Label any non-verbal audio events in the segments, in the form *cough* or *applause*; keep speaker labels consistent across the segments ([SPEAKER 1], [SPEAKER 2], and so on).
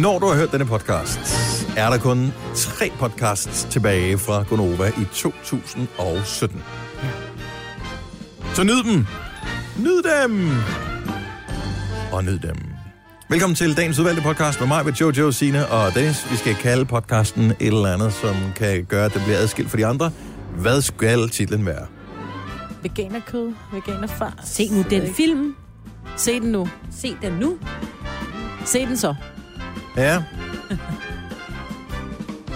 [SPEAKER 1] Når du har hørt denne podcast, er der kun tre podcasts tilbage fra Gonova i 2017. Så nyd dem! Nyd dem! Og nyd dem. Velkommen til dagens udvalgte podcast med mig, med Jojo, Sine og Dennis. Vi skal kalde podcasten et eller andet, som kan gøre, at den bliver adskilt fra de andre. Hvad skal titlen være?
[SPEAKER 2] Veganerkød, veganerfar.
[SPEAKER 3] Se nu den film.
[SPEAKER 2] Se den nu.
[SPEAKER 3] Se den nu.
[SPEAKER 2] Se den så.
[SPEAKER 1] Ja,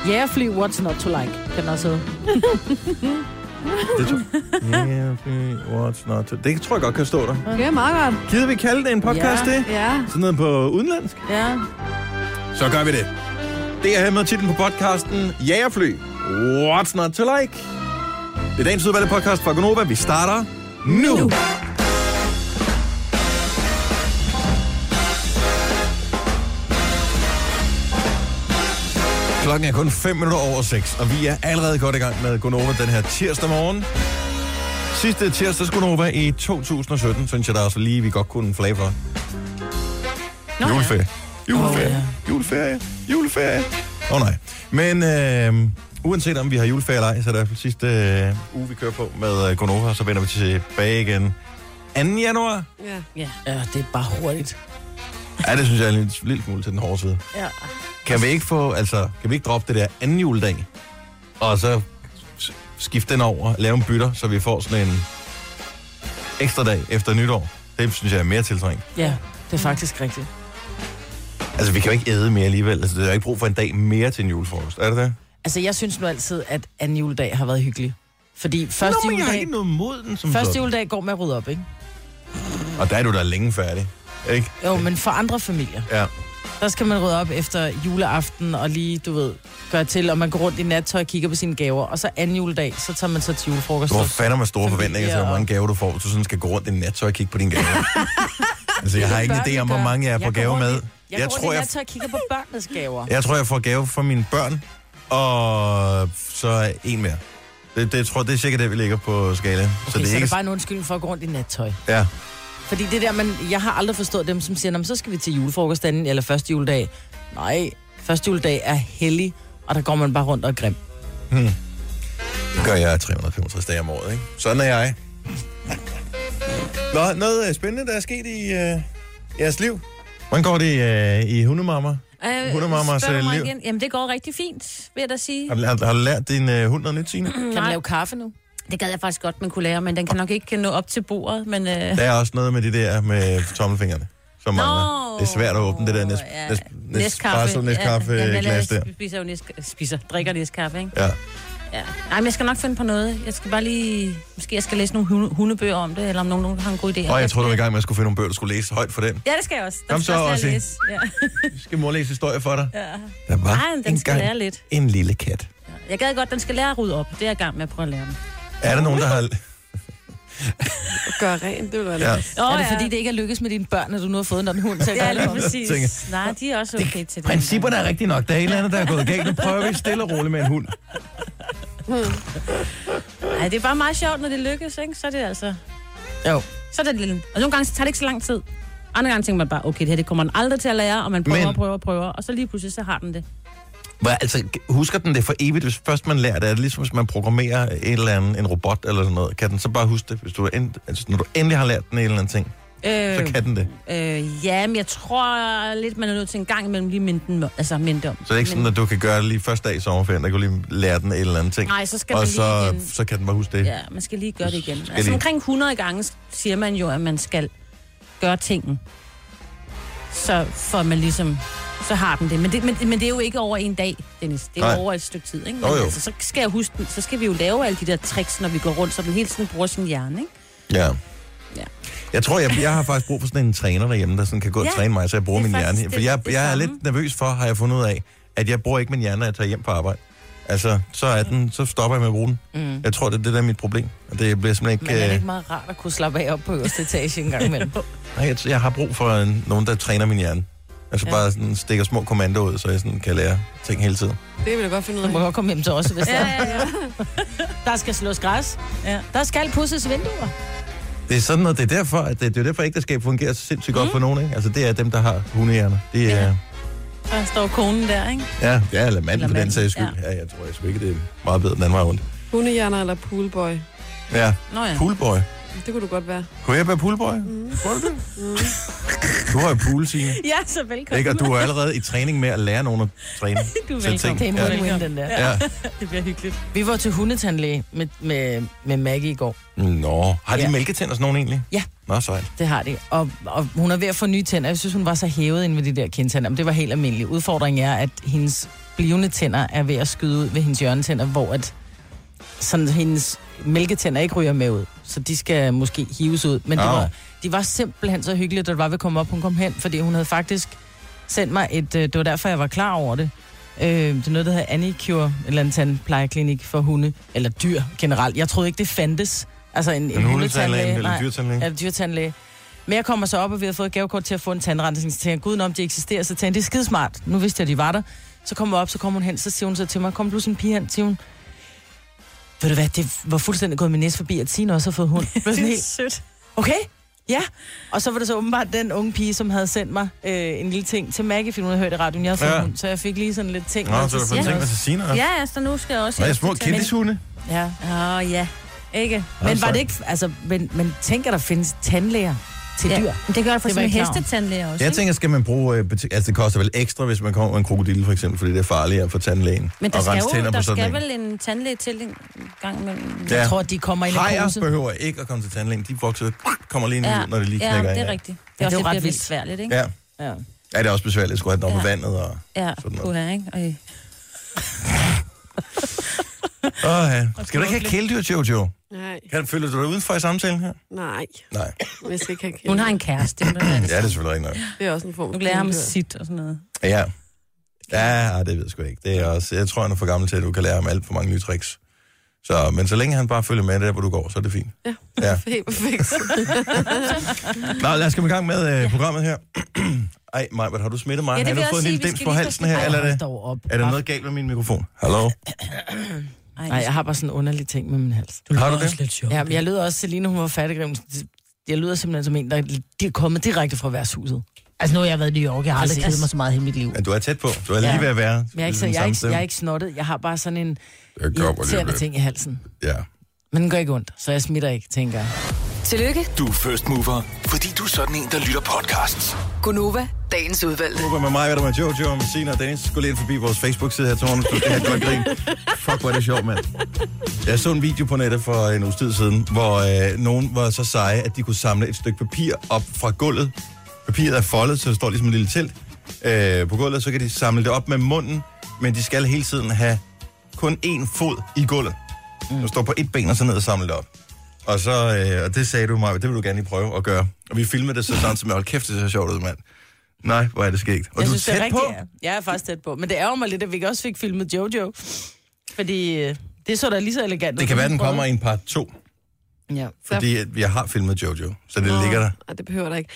[SPEAKER 2] Jægerfly, yeah, what's not to like, kan også hedde.
[SPEAKER 1] det tror
[SPEAKER 2] *laughs*
[SPEAKER 1] jeg. Yeah, what's not to... Det tror jeg godt kan stå der.
[SPEAKER 4] Det er meget godt.
[SPEAKER 1] Gider vi kalde det en podcast,
[SPEAKER 2] Ja.
[SPEAKER 1] det?
[SPEAKER 4] Ja.
[SPEAKER 1] Sådan noget på udenlandsk?
[SPEAKER 2] Ja.
[SPEAKER 1] Så gør vi det. Det er hermed titlen på podcasten Jægerfly. What's not to like? Det er dagens udvalgte podcast fra Gonova. Vi starter nu. nu. Klokken er kun 5 minutter over 6, og vi er allerede godt i gang med Gonova den her tirsdag morgen. Sidste tirsdags Gonova i 2017, synes jeg da også lige, vi godt kunne flage for.
[SPEAKER 2] Nå, ja.
[SPEAKER 1] Juleferie. Juleferie.
[SPEAKER 2] Åh, ja.
[SPEAKER 1] Juleferie. Juleferie. Åh oh, nej. Men øh, uanset om vi har juleferie eller ej, så er det i hvert fald sidste øh, uge, vi kører på med øh, Gonova, og så vender vi tilbage igen 2. januar.
[SPEAKER 4] Ja.
[SPEAKER 2] ja, det er bare hurtigt.
[SPEAKER 1] Ja, det synes jeg er en lille, lille smule til den hårde side.
[SPEAKER 2] Ja.
[SPEAKER 1] Kan vi ikke få, altså, kan vi ikke droppe det der anden juledag, og så s- skifte den over, lave en bytter, så vi får sådan en ekstra dag efter nytår? Det synes jeg er mere tiltrængt.
[SPEAKER 2] Ja, det er faktisk rigtigt.
[SPEAKER 1] Altså, vi kan jo ikke æde mere alligevel. Altså, der er ikke brug for en dag mere til en julefrokost. Er det det?
[SPEAKER 2] Altså, jeg synes nu altid, at anden juledag har været hyggelig. Fordi første,
[SPEAKER 1] Nå, men jeg har
[SPEAKER 2] juledag,
[SPEAKER 1] ikke noget mod den, som
[SPEAKER 2] første
[SPEAKER 1] sådan.
[SPEAKER 2] juledag går med at rydde op, ikke?
[SPEAKER 1] Og der er du da længe færdig, ikke?
[SPEAKER 2] Jo, men for andre familier,
[SPEAKER 1] Ja.
[SPEAKER 2] der skal man rydde op efter juleaften og lige, du ved, gøre til, og man går rundt i nattøj og kigger på sine gaver, og så anden juledag, så tager man så til julefrokost.
[SPEAKER 1] Du har fandme med store
[SPEAKER 2] Familie
[SPEAKER 1] forventninger til, hvor
[SPEAKER 2] og-
[SPEAKER 1] mange gaver du får, hvis du sådan skal gå rundt i nattøj og kigge på dine
[SPEAKER 2] *laughs*
[SPEAKER 1] gaver. altså, jeg har ikke en idé om, hvor mange jeg er på gave med.
[SPEAKER 2] Jeg,
[SPEAKER 1] Jeg
[SPEAKER 2] går
[SPEAKER 1] tror,
[SPEAKER 2] rundt i
[SPEAKER 1] jeg-
[SPEAKER 2] nattøj og kigger på børnenes gaver.
[SPEAKER 1] Jeg tror, jeg får gave fra mine børn, og så en mere. Det, det, jeg tror, det er cirka det, vi ligger på skala.
[SPEAKER 2] Okay, så det er,
[SPEAKER 1] ikke...
[SPEAKER 2] bare en undskyldning for at gå rundt i nattøj.
[SPEAKER 1] Ja.
[SPEAKER 2] Fordi det der, man, jeg har aldrig forstået dem, som siger, "Nå, men så skal vi til julefrokost anden, eller første juledag. Nej, første juledag er hellig, og der går man bare rundt og er grim.
[SPEAKER 1] Det gør jeg 365 dage om året, ikke? Sådan er jeg. Nå, noget øh, spændende, der er sket i øh, jeres liv. Hvordan går det øh, i hundemammer?
[SPEAKER 3] Øh,
[SPEAKER 1] Hundemamas,
[SPEAKER 3] spørg
[SPEAKER 1] øh,
[SPEAKER 3] du mig
[SPEAKER 1] liv.
[SPEAKER 3] igen. Jamen, det går rigtig fint, vil jeg da sige.
[SPEAKER 1] Har, du- har, har du lært din øh, hund noget nyt, Signe?
[SPEAKER 2] Kan man lave kaffe nu?
[SPEAKER 3] Det gad jeg faktisk godt, man kunne lære, men den kan nok ikke nå op til bordet. Men, øh,
[SPEAKER 1] Der er også noget med det der med tommelfingrene, som mangler. Det er svært at åbne det der næst,
[SPEAKER 3] ja.
[SPEAKER 1] næst, næst,
[SPEAKER 3] Nescafe.
[SPEAKER 1] næst, næst kaffe
[SPEAKER 3] Ja,
[SPEAKER 1] ja,
[SPEAKER 3] jeg
[SPEAKER 1] glas der.
[SPEAKER 3] spiser jo næst, spiser, drikker næstkaffe, ikke?
[SPEAKER 1] Ja.
[SPEAKER 3] Ja. Ej, men jeg skal nok finde på noget. Jeg skal bare lige... Måske jeg skal læse nogle hunde, hundebøger om det, eller om nogen, nogen har en god idé.
[SPEAKER 1] Og jeg tror du var i gang med at skulle finde nogle bøger, du skulle læse højt for den.
[SPEAKER 3] Ja, det skal jeg også. Den
[SPEAKER 1] Kom
[SPEAKER 3] skal
[SPEAKER 1] så,
[SPEAKER 3] også lære at
[SPEAKER 1] Ossie.
[SPEAKER 3] læse. Ja.
[SPEAKER 1] Skal mor læse historie for dig? Ja. Der var
[SPEAKER 3] Ej, den skal lære
[SPEAKER 1] engang
[SPEAKER 3] lidt.
[SPEAKER 1] en lille kat.
[SPEAKER 3] Jeg gad godt, den skal lære at rydde op. Det er jeg i gang med at prøve at lære den.
[SPEAKER 1] Er der nogen, der
[SPEAKER 3] *laughs*
[SPEAKER 1] har...
[SPEAKER 4] Gør rent, det vil være
[SPEAKER 1] Ja.
[SPEAKER 4] ja.
[SPEAKER 3] Oh,
[SPEAKER 2] er det fordi, det ikke er lykkes med dine børn, at du nu har fået en hund til at
[SPEAKER 3] Ja,
[SPEAKER 2] gøre
[SPEAKER 3] lige
[SPEAKER 2] det? om?
[SPEAKER 3] præcis.
[SPEAKER 1] Tænker-
[SPEAKER 3] Nej, de er også okay til det.
[SPEAKER 1] Principperne er rigtige nok. Der er et eller andet, der er gået galt. Nu prøver vi stille og roligt med en hund.
[SPEAKER 3] Nej, det er bare meget sjovt, når det lykkes, ikke? Så er det altså...
[SPEAKER 2] Jo.
[SPEAKER 3] Så er det lille. Og nogle gange så tager det ikke så lang tid. Andre gange tænker man bare, okay, det her det kommer man aldrig til at lære, og man prøver
[SPEAKER 1] Men-
[SPEAKER 3] Men... og prøver og prøver, og så lige pludselig så har den det.
[SPEAKER 1] Hvad, altså, husker den det for evigt, hvis først man lærer det? Er det ligesom, hvis man programmerer et eller andet, en robot eller sådan noget? Kan den så bare huske det, hvis du end, altså, når du endelig har lært den en eller anden ting?
[SPEAKER 3] Øh,
[SPEAKER 1] Så kan den det.
[SPEAKER 3] øh, ja, men jeg tror lidt, man er nødt til en gang imellem lige minde den, altså minde om.
[SPEAKER 1] Så det er ikke sådan, at du kan gøre det lige første dag i sommerferien, der kan du lige lære den en eller anden ting.
[SPEAKER 3] Nej, så skal
[SPEAKER 1] og
[SPEAKER 3] man lige
[SPEAKER 1] så,
[SPEAKER 3] igen.
[SPEAKER 1] så kan den bare huske det.
[SPEAKER 3] Ja, man skal lige gøre det igen.
[SPEAKER 1] Skal
[SPEAKER 3] Altså
[SPEAKER 1] lige-
[SPEAKER 3] omkring 100 gange siger man jo, at man skal gøre tingen. Så får man ligesom, så har den det. Men det, men, men det er jo ikke over en dag, Dennis. Det er
[SPEAKER 1] Nej.
[SPEAKER 3] jo over et stykke tid, ikke? Men
[SPEAKER 1] Jo, jo.
[SPEAKER 3] Altså, så skal jeg huske den. Så skal vi jo lave alle de der tricks, når vi går rundt, så den hele tiden bruger sin hjerne, ikke?
[SPEAKER 1] Ja.
[SPEAKER 3] Ja.
[SPEAKER 1] Jeg tror, jeg, jeg har faktisk brug for sådan en træner derhjemme, der sådan kan gå og
[SPEAKER 3] Ja,
[SPEAKER 1] træne mig, så jeg bruger
[SPEAKER 3] det er
[SPEAKER 1] min
[SPEAKER 3] faktisk
[SPEAKER 1] hjerne. For
[SPEAKER 3] det-
[SPEAKER 1] jeg,
[SPEAKER 3] det
[SPEAKER 1] jeg er
[SPEAKER 3] samme.
[SPEAKER 1] lidt nervøs for, har jeg fundet ud af, at jeg bruger ikke min hjerne, når jeg tager hjem på arbejde. Altså, så, er den, så stopper jeg med at bruge den. Mm. Jeg tror, det er det, der er mit problem. Og det bliver simpelthen
[SPEAKER 2] Men
[SPEAKER 1] ikke...
[SPEAKER 2] er det
[SPEAKER 1] øh,
[SPEAKER 2] ikke meget rart at kunne slappe af op på øverste etage en gang imellem?
[SPEAKER 1] Nej, jeg, jeg har brug for en, nogen, der træner min hjerne. Altså ja.
[SPEAKER 2] Ja.
[SPEAKER 1] bare sådan stikker små kommandoer ud, så jeg sådan kan lære ting hele tiden.
[SPEAKER 4] Det vil jeg godt finde ud
[SPEAKER 2] Du må
[SPEAKER 4] af.
[SPEAKER 2] godt komme hjem til os, hvis der,
[SPEAKER 3] ja, ja.
[SPEAKER 2] der skal slås græs.
[SPEAKER 3] Ja.
[SPEAKER 2] Der skal pudses vinduer.
[SPEAKER 1] Det er sådan noget, det er derfor, at det, det er derfor ægteskab fungerer så sindssygt mm. godt for nogen, ikke? Altså det er dem, der har hundehjerner. Det er, ja.
[SPEAKER 3] Der står konen der, ikke?
[SPEAKER 1] Ja, ja eller mand
[SPEAKER 3] Eller
[SPEAKER 1] for den
[SPEAKER 3] mand,
[SPEAKER 1] sags skyld. Ja. ja, jeg tror jeg sgu ikke, det er meget bedre den anden vej rundt.
[SPEAKER 4] Hundehjerner eller poolboy.
[SPEAKER 1] Ja,
[SPEAKER 3] Nå ja.
[SPEAKER 1] poolboy.
[SPEAKER 4] Det kunne du godt være.
[SPEAKER 1] Kunne jeg være poolboy? Mm. Tror du det? Du har jo pool, Signe.
[SPEAKER 3] Ja, så velkommen.
[SPEAKER 1] Ikke? Og du er allerede i træning med at lære nogen at træne.
[SPEAKER 3] *laughs* Du er
[SPEAKER 1] Så
[SPEAKER 3] velkommen.
[SPEAKER 1] tænk- Ja.
[SPEAKER 2] win-win, den der.
[SPEAKER 1] Ja.
[SPEAKER 3] Det bliver hyggeligt.
[SPEAKER 2] Vi var til hundetandlæge med, med, med Maggie i går.
[SPEAKER 1] Nå, har de
[SPEAKER 2] Ja.
[SPEAKER 1] mælketænder sådan nogen egentlig?
[SPEAKER 2] Ja.
[SPEAKER 1] Nå, sejt.
[SPEAKER 2] Det har de. Og, og hun er ved at få nye tænder. Jeg synes, hun var så hævet ind ved de der kindtænder. Men det var helt almindeligt. Udfordringen er, at hendes blivende tænder er ved at skyde ud ved hendes hjørnetænder, hvor at sådan, hendes mælketænder ikke ryger med ud. Så de skal måske hives ud. Men det
[SPEAKER 1] Au.
[SPEAKER 2] var, de var simpelthen så hyggelige, da det var ved at komme op. Hun kom hen, fordi hun havde faktisk sendt mig et... øh, Det var derfor, jeg var klar over det. Øh, det er noget, der hedder Anicure, en eller anden tandplejeklinik for hunde, eller dyr generelt. Jeg troede ikke, det fandtes. Altså en,
[SPEAKER 1] En hundetandlæge eller
[SPEAKER 2] nej.
[SPEAKER 1] en dyrtandlæge?
[SPEAKER 2] Er det dyretandlæge? Men jeg kommer så op, og vi har fået et gavekort til at få en tandrensning. Så tænker jeg, gud, om de eksisterer, så tænker jeg, det er skidesmart. Nu vidste jeg, de var der. Så kommer jeg op, så kommer hun hen, så siger hun så til mig, kom du sådan en pige hen, siger hun. Ved du hvad, det var fuldstændig gået min næse forbi, at Signe også har fået
[SPEAKER 1] *laughs*
[SPEAKER 2] hund. Jeg Blev sådan helt,
[SPEAKER 3] sødt.
[SPEAKER 2] okay, ja. Og så var det så åbenbart den unge pige, som havde sendt mig øh, en lille ting til Maggie, fordi hun havde hørt i radioen, jeg havde fået
[SPEAKER 1] Ja.
[SPEAKER 2] ja. hund. Så jeg fik lige sådan lidt ting.
[SPEAKER 1] Nå, så
[SPEAKER 2] med
[SPEAKER 1] du
[SPEAKER 2] til
[SPEAKER 1] får
[SPEAKER 2] Signe
[SPEAKER 1] tænkt
[SPEAKER 2] også.
[SPEAKER 1] dig til Signe også.
[SPEAKER 3] Ja, altså nu skal jeg også...
[SPEAKER 1] Nå, jeg små kendishunde.
[SPEAKER 2] Ja.
[SPEAKER 3] Åh, oh, ja. Ikke?
[SPEAKER 2] Men var
[SPEAKER 1] sorry.
[SPEAKER 2] det ikke, altså, men, men tænker der findes tandlæger til
[SPEAKER 3] Ja.
[SPEAKER 2] ja. dyr?
[SPEAKER 3] Men det gør det for
[SPEAKER 2] Det var
[SPEAKER 3] sådan en
[SPEAKER 2] jeg ikke klar over.
[SPEAKER 3] hestetandlæger også,
[SPEAKER 1] Jeg
[SPEAKER 3] ikke?
[SPEAKER 1] tænker, skal man bruge... øh, beti- Altså, det koster vel ekstra, hvis man kommer med en krokodille, for eksempel, fordi det er farligere for tandlægen.
[SPEAKER 3] Men der
[SPEAKER 1] at
[SPEAKER 3] skal,
[SPEAKER 1] rense
[SPEAKER 3] jo,
[SPEAKER 1] tænder
[SPEAKER 3] der
[SPEAKER 1] på sådan
[SPEAKER 3] skal
[SPEAKER 1] en.
[SPEAKER 3] vel en tandlæge til en gang imellem.
[SPEAKER 2] Jeg
[SPEAKER 1] Ja.
[SPEAKER 2] tror, de kommer ind i en
[SPEAKER 1] Hajer
[SPEAKER 2] pose.
[SPEAKER 1] behøver ikke at komme til tandlægen. De vokser kommer lige
[SPEAKER 3] Ja.
[SPEAKER 1] ned, når det lige
[SPEAKER 3] ja,
[SPEAKER 1] knækker
[SPEAKER 3] det
[SPEAKER 1] ind.
[SPEAKER 3] er rigtigt. Det
[SPEAKER 2] Ja,
[SPEAKER 3] er
[SPEAKER 2] det er
[SPEAKER 3] også
[SPEAKER 2] jo ret
[SPEAKER 3] lidt
[SPEAKER 2] vildt.
[SPEAKER 3] vildt svært, ikke?
[SPEAKER 1] Ja.
[SPEAKER 2] Ja.
[SPEAKER 1] ja, det er også besværligt at skulle have den over på
[SPEAKER 3] Ja.
[SPEAKER 1] vandet. Og...
[SPEAKER 3] Ja,
[SPEAKER 1] Sådan noget.
[SPEAKER 3] puha, ikke? Øj.
[SPEAKER 1] Åh, ja. Skal du ikke have kæledyr, Jojo?
[SPEAKER 4] Nej,
[SPEAKER 1] Kan du føle dig udenfor i samtalen her?
[SPEAKER 4] nej.
[SPEAKER 1] Nej.
[SPEAKER 4] Jeg skal ikke have kæledyr.
[SPEAKER 3] Hun har en kæreste. men altså,
[SPEAKER 1] Ja, det er selvfølgelig ikke nok.
[SPEAKER 4] Det er også en form
[SPEAKER 3] Nu lærer ham
[SPEAKER 4] kæledyr.
[SPEAKER 3] *laughs* sit og sådan noget.
[SPEAKER 1] Ja. Ja, ah, det ved jeg sgu ikke. Det er også, jeg tror, han er for gammel til, at du kan lære ham alt for mange nye tricks. Så, men så længe han bare følger med der, hvor du går, så er det fint.
[SPEAKER 4] Ja,
[SPEAKER 1] Ja.
[SPEAKER 4] helt perfekt.
[SPEAKER 1] Nå, lad os komme i gang med øh, programmet her. *clears throat* Ej, Majbert, har du smittet mig?
[SPEAKER 3] Ja, det
[SPEAKER 1] har du
[SPEAKER 3] vil jeg
[SPEAKER 1] fået en
[SPEAKER 3] også
[SPEAKER 1] lille
[SPEAKER 3] sige, vi
[SPEAKER 1] dims
[SPEAKER 3] skal
[SPEAKER 1] på
[SPEAKER 3] lige
[SPEAKER 1] halsen
[SPEAKER 3] passe
[SPEAKER 1] her,
[SPEAKER 3] på-
[SPEAKER 1] eller er
[SPEAKER 2] Hold
[SPEAKER 1] det,
[SPEAKER 2] dog op.
[SPEAKER 1] er der noget galt med min mikrofon? Hallo?
[SPEAKER 3] Ej,
[SPEAKER 2] Nej, jeg har bare sådan en underlig ting med min hals.
[SPEAKER 1] Har du det?
[SPEAKER 3] lidt sjovt.
[SPEAKER 2] Ja, men jeg lyder også, Selina, hun var fattigrim. Jeg lyder simpelthen som en, der de er kommet direkte fra værtshuset.
[SPEAKER 5] Altså nu har jeg været i New York, jeg har aldrig
[SPEAKER 2] Præcis.
[SPEAKER 5] kedet mig så meget i hele mit liv.
[SPEAKER 1] Ja, du er tæt på. Du er lige
[SPEAKER 2] Ja.
[SPEAKER 1] ved at være.
[SPEAKER 2] Men jeg er, ikke, så,
[SPEAKER 1] ligesom
[SPEAKER 2] jeg, er ikke,
[SPEAKER 1] samme
[SPEAKER 2] jeg er ikke snottet. Jeg har bare sådan en
[SPEAKER 1] sted. Jeg kommer lige
[SPEAKER 2] irriterende
[SPEAKER 1] lidt.
[SPEAKER 2] ting i halsen.
[SPEAKER 1] Ja.
[SPEAKER 2] Men den gør ikke ondt, så jeg smitter ikke, tænker jeg.
[SPEAKER 6] Tillykke,
[SPEAKER 7] Du er first mover, fordi du er sådan en, der lytter podcasts.
[SPEAKER 6] Gunova, dagens udvalgte.
[SPEAKER 1] Gruppe med mig, hvad der med Jojo, med Sina og Dennis. Skulle lige ind forbi vores Facebook-side her til morgen. hvis Du skal have et godt grin. Fuck, hvor er det sjovt, mand. Jeg så en video på nettet for en uges tid siden, hvor øh, nogen var så seje, at de kunne samle et stykke papir op fra gulvet. Papiret er foldet, så det står ligesom et lille telt øh, på gulvet. Så kan de samle det op med munden, men de skal hele tiden have kun én fod i gulvet. Du står på et ben og så ned og samle det op. Og så, øh, og det sagde du mig, det vil du gerne lige prøve at gøre. Og vi filmede det så sådan, som jeg holdt kæft, det ser sjovt ud, mand. Nej, hvor er det skægt. Og
[SPEAKER 2] jeg
[SPEAKER 1] du
[SPEAKER 2] synes,
[SPEAKER 1] er
[SPEAKER 2] det
[SPEAKER 1] tæt
[SPEAKER 2] er
[SPEAKER 1] på.
[SPEAKER 2] rigtigt, ja. Jeg er faktisk tæt på. Men det ærger mig lidt, at vi ikke også fik filmet Jojo. Fordi øh, det så da lige så elegant.
[SPEAKER 1] Det
[SPEAKER 2] ud,
[SPEAKER 1] kan
[SPEAKER 2] som
[SPEAKER 1] være, den
[SPEAKER 2] prøvede.
[SPEAKER 1] kommer i en part 2,
[SPEAKER 2] Ja.
[SPEAKER 1] fordi at jeg har filmet Jojo, så det
[SPEAKER 4] Nå,
[SPEAKER 1] ligger der.
[SPEAKER 4] Ej, det behøver der ikke.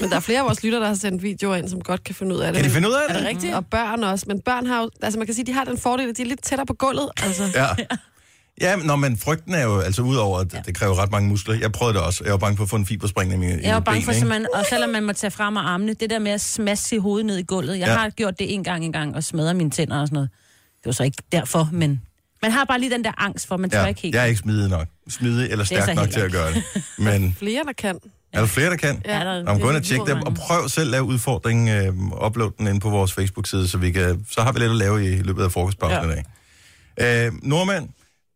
[SPEAKER 4] Men der er flere af vores lytter, der har sendt videoer ind, som godt kan finde ud af det.
[SPEAKER 1] Kan de finde ud af
[SPEAKER 2] Er det
[SPEAKER 1] det?
[SPEAKER 2] rigtigt?
[SPEAKER 4] Og børn også. Men børn har jo... Altså, man kan sige, de har den fordel, at de er lidt tættere på gulvet. Altså,
[SPEAKER 1] Ja. Ja, men, nå, men frygten er jo, altså udover, at det kræver ret mange muskler. Jeg prøvede det også. Jeg var bange for at få en fiberspring i mine,
[SPEAKER 3] Jeg var bange for,
[SPEAKER 1] ben,
[SPEAKER 3] at man, og selvom man må tage frem og armene, det der med at smasse sit hoved ned i gulvet. Jeg
[SPEAKER 1] Ja.
[SPEAKER 3] ja. har gjort det en gang en gang, og smadret mine tænder og sådan noget. Det var så ikke derfor, men man har bare lige den der angst for, man tør ikke
[SPEAKER 1] ikke?
[SPEAKER 3] helt.
[SPEAKER 1] Ja, jeg er ikke smidig nok. Smidig eller
[SPEAKER 3] Det er
[SPEAKER 1] stærk
[SPEAKER 3] så
[SPEAKER 1] nok
[SPEAKER 3] heller
[SPEAKER 1] til at
[SPEAKER 3] ikke.
[SPEAKER 1] gøre det. Men
[SPEAKER 4] flere, der kan.
[SPEAKER 1] er der flere, der kan?
[SPEAKER 3] *laughs* Ja, der,
[SPEAKER 1] Nå, men gå ind og
[SPEAKER 3] det-
[SPEAKER 1] tjek det, og prøv selv at lave udfordringen. Øh, upload den ind på vores Facebook-side, så, vi kan, så har vi lidt at lave i løbet af frokostpausen ja. i dag. Øh, nordmænd,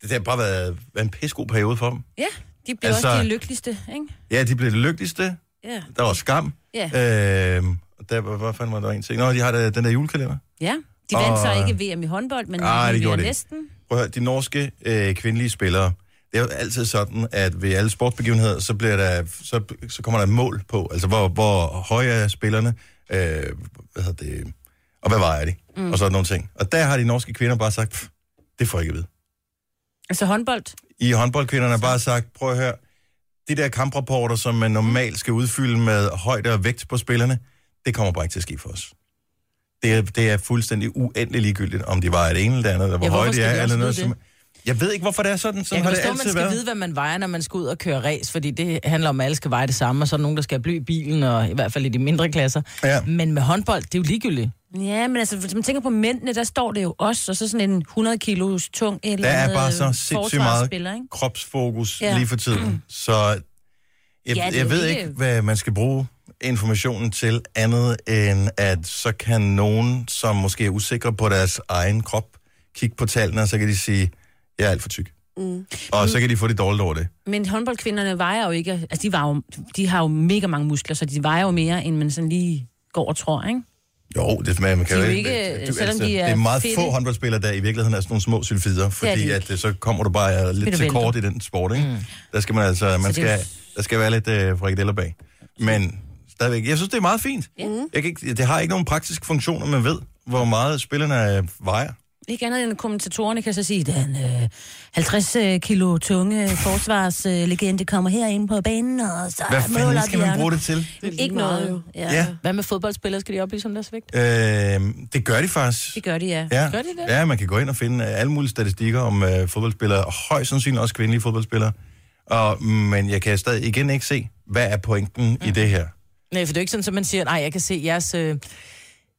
[SPEAKER 1] det har bare været været en pissegod periode for dem.
[SPEAKER 3] Ja, de bliver
[SPEAKER 1] Altså-
[SPEAKER 3] også de lykkeligste, ikke?
[SPEAKER 1] Ja, de blev det lykkeligste.
[SPEAKER 3] Ja.
[SPEAKER 1] Der var skam.
[SPEAKER 3] Ja.
[SPEAKER 1] Øh, der, hvad, hvad fanden var der en ting? Nå, de har da, den der julekalender.
[SPEAKER 3] ja. De vandt så
[SPEAKER 1] Og-
[SPEAKER 3] ikke VM i håndbold, men
[SPEAKER 1] Ah, det gjorde
[SPEAKER 3] de gjorde
[SPEAKER 1] det ikke.
[SPEAKER 3] næsten.
[SPEAKER 1] Prøv at høre, de norske øh, kvindelige spillere, det er jo altid sådan, at ved alle sportsbegivenheder, så, bliver der, så, så kommer der et mål på, altså hvor, hvor høje er spillerne, øh, hvad hedder det, og hvad vejer de, mm. og sådan nogle ting. Og der har de norske kvinder bare sagt, "Pff, det får I ikke at vide.
[SPEAKER 3] Altså håndbold.
[SPEAKER 1] I håndboldkvinderne har bare sagt, prøv at høre, de der kamprapporter, som man normalt skal udfylde med højde og vægt på spillerne, det kommer bare ikke til at ske for os. Det er, det er fuldstændig uendelig ligegyldigt, om de var det ene eller det andet, eller hvor
[SPEAKER 2] Ja, hvorfor
[SPEAKER 1] høje de
[SPEAKER 2] skal de
[SPEAKER 1] er,
[SPEAKER 2] også
[SPEAKER 1] eller
[SPEAKER 2] vide
[SPEAKER 1] noget
[SPEAKER 2] det?
[SPEAKER 1] som... Jeg ved ikke, hvorfor det er sådan. Sådan
[SPEAKER 2] Jeg kan
[SPEAKER 1] har det
[SPEAKER 2] forstå, at man
[SPEAKER 1] altid
[SPEAKER 2] skal
[SPEAKER 1] været.
[SPEAKER 2] vide, hvad man vejer, når man skal ud og køre race, fordi det handler om, at alle skal veje det samme, og så er der nogen, der skal have bly i bilen, og i hvert fald i de mindre klasser.
[SPEAKER 1] Ja.
[SPEAKER 2] Men med håndbold, det er jo ligegyldigt.
[SPEAKER 3] Ja, men altså, hvis man tænker på mændene, der står det jo også, og så sådan en 100 kilos tung et eller
[SPEAKER 1] Der er
[SPEAKER 3] andet
[SPEAKER 1] bare så
[SPEAKER 3] øh,
[SPEAKER 1] sindssygt meget
[SPEAKER 3] forsvarsspiller, ikke?
[SPEAKER 1] kropsfokus
[SPEAKER 3] Ja. Mm.
[SPEAKER 1] lige for tiden. Så jeg,
[SPEAKER 3] det er
[SPEAKER 1] ja,
[SPEAKER 3] jo
[SPEAKER 1] jeg ved
[SPEAKER 3] ikke-
[SPEAKER 1] ikke, hvad man skal bruge informationen til andet end, at så kan nogen, som måske er usikre på deres egen krop, kigge på tallene, og så kan de sige, jeg er alt for tyk. Mm. Og så kan de få det dårligt over det.
[SPEAKER 3] Men håndboldkvinderne vejer jo ikke... Altså, de, var jo, de har jo mega mange muskler, så de vejer jo mere, end man sådan lige går og tror, ikke?
[SPEAKER 1] Jo, det man, man kan
[SPEAKER 3] De er jo
[SPEAKER 1] jo
[SPEAKER 3] ikke- øh,
[SPEAKER 1] du-
[SPEAKER 3] selvom
[SPEAKER 1] altså,
[SPEAKER 3] de er
[SPEAKER 1] Det er meget
[SPEAKER 3] fedte.
[SPEAKER 1] få håndboldspillere, der i virkeligheden er sådan nogle små sylfider,
[SPEAKER 3] er de
[SPEAKER 1] fordi
[SPEAKER 3] ikke.
[SPEAKER 1] at, øh, så kommer du bare øh,
[SPEAKER 3] Vil
[SPEAKER 1] lidt
[SPEAKER 3] du
[SPEAKER 1] til
[SPEAKER 3] vælte.
[SPEAKER 1] kort i den sport, ikke? Mm. Der skal man altså, man
[SPEAKER 3] Så det er jo-
[SPEAKER 1] skal, der skal være lidt øh, frikadeller bag. Men stadigvæk, jeg synes, det er meget fint. Mm. Jeg kan ikke, det har ikke nogen praktisk funktion, at man ved, hvor meget spillerne øh, vejer.
[SPEAKER 3] Ikke andet end at kommentatorerne kan så sige, den øh, 50 øh, kilo tunge forsvarslegende øh, kommer herind på banen, og så
[SPEAKER 1] Hvad fanden
[SPEAKER 3] måler
[SPEAKER 1] skal
[SPEAKER 3] de
[SPEAKER 1] man
[SPEAKER 3] andre."
[SPEAKER 1] bruge det til?
[SPEAKER 4] Det er
[SPEAKER 3] Ikke
[SPEAKER 4] lige meget
[SPEAKER 3] noget,
[SPEAKER 4] jo.
[SPEAKER 3] ja.
[SPEAKER 1] Ja,
[SPEAKER 3] ja.
[SPEAKER 2] Hvad med fodboldspillere? Skal de oplyse som deres vægt?
[SPEAKER 1] øh, det gør de faktisk.
[SPEAKER 3] Det gør de, ja.
[SPEAKER 1] Ja.
[SPEAKER 2] Gør de det?
[SPEAKER 1] ja, man kan gå ind og finde øh, alle mulige statistikker om øh, fodboldspillere, og højst sandsynligt også kvindelige fodboldspillere. Og, men jeg kan stadig igen ikke se, hvad er pointen mm. i
[SPEAKER 2] Mhm.
[SPEAKER 1] det her.
[SPEAKER 2] Nej, for det er jo ikke sådan, at man siger, nej, jeg kan se jeres... Øh,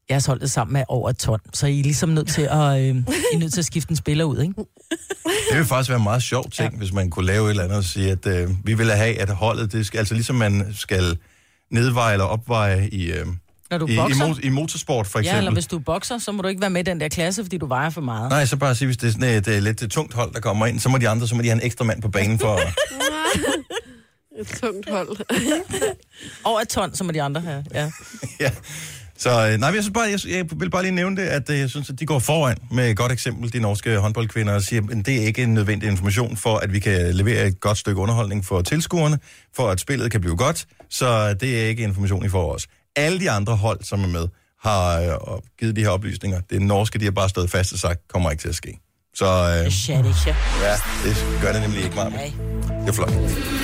[SPEAKER 2] jeres hold er sammen med over et ton, så I er ligesom nødt til at, øh, I er nødt til at skifte en spiller ud, ikke?
[SPEAKER 1] Det ville faktisk være en meget sjov ting, ja. hvis man kunne lave et eller andet og sige, at øh, vi vil have, at holdet, det skal, altså ligesom man skal nedveje eller opveje i, øh,
[SPEAKER 2] Når du
[SPEAKER 1] i, i,
[SPEAKER 2] bokser,
[SPEAKER 1] mo- i motorsport for
[SPEAKER 2] ja,
[SPEAKER 1] eksempel.
[SPEAKER 2] eller hvis du bokser, så må du ikke være med i den der klasse, fordi du vejer for meget.
[SPEAKER 1] Nej, så bare sige, hvis det er sådan et, et lidt tungt hold, der kommer ind, så må de andre, så må de have en ekstra mand på banen for...
[SPEAKER 4] Et tungt hold.
[SPEAKER 2] Over et ton, som de andre her. Ja.
[SPEAKER 1] ja. Så øh, nej, men jeg, synes bare, jeg, jeg vil bare lige nævne det, at øh, jeg synes, at de går foran med et godt eksempel, de norske håndboldkvinder, og siger, at det er ikke en nødvendig information for, at vi kan levere et godt stykke underholdning for tilskuerne, for at spillet kan blive godt, så øh, det er ikke information, I får os. Alle de andre hold, som er med, har øh, og givet de her oplysninger. Det norske, de har bare stået fast og sagt, kommer ikke til at ske. Så øh,
[SPEAKER 2] Shit, ikke? ja.
[SPEAKER 1] ja, det gør det nemlig ikke meget. Det er flot.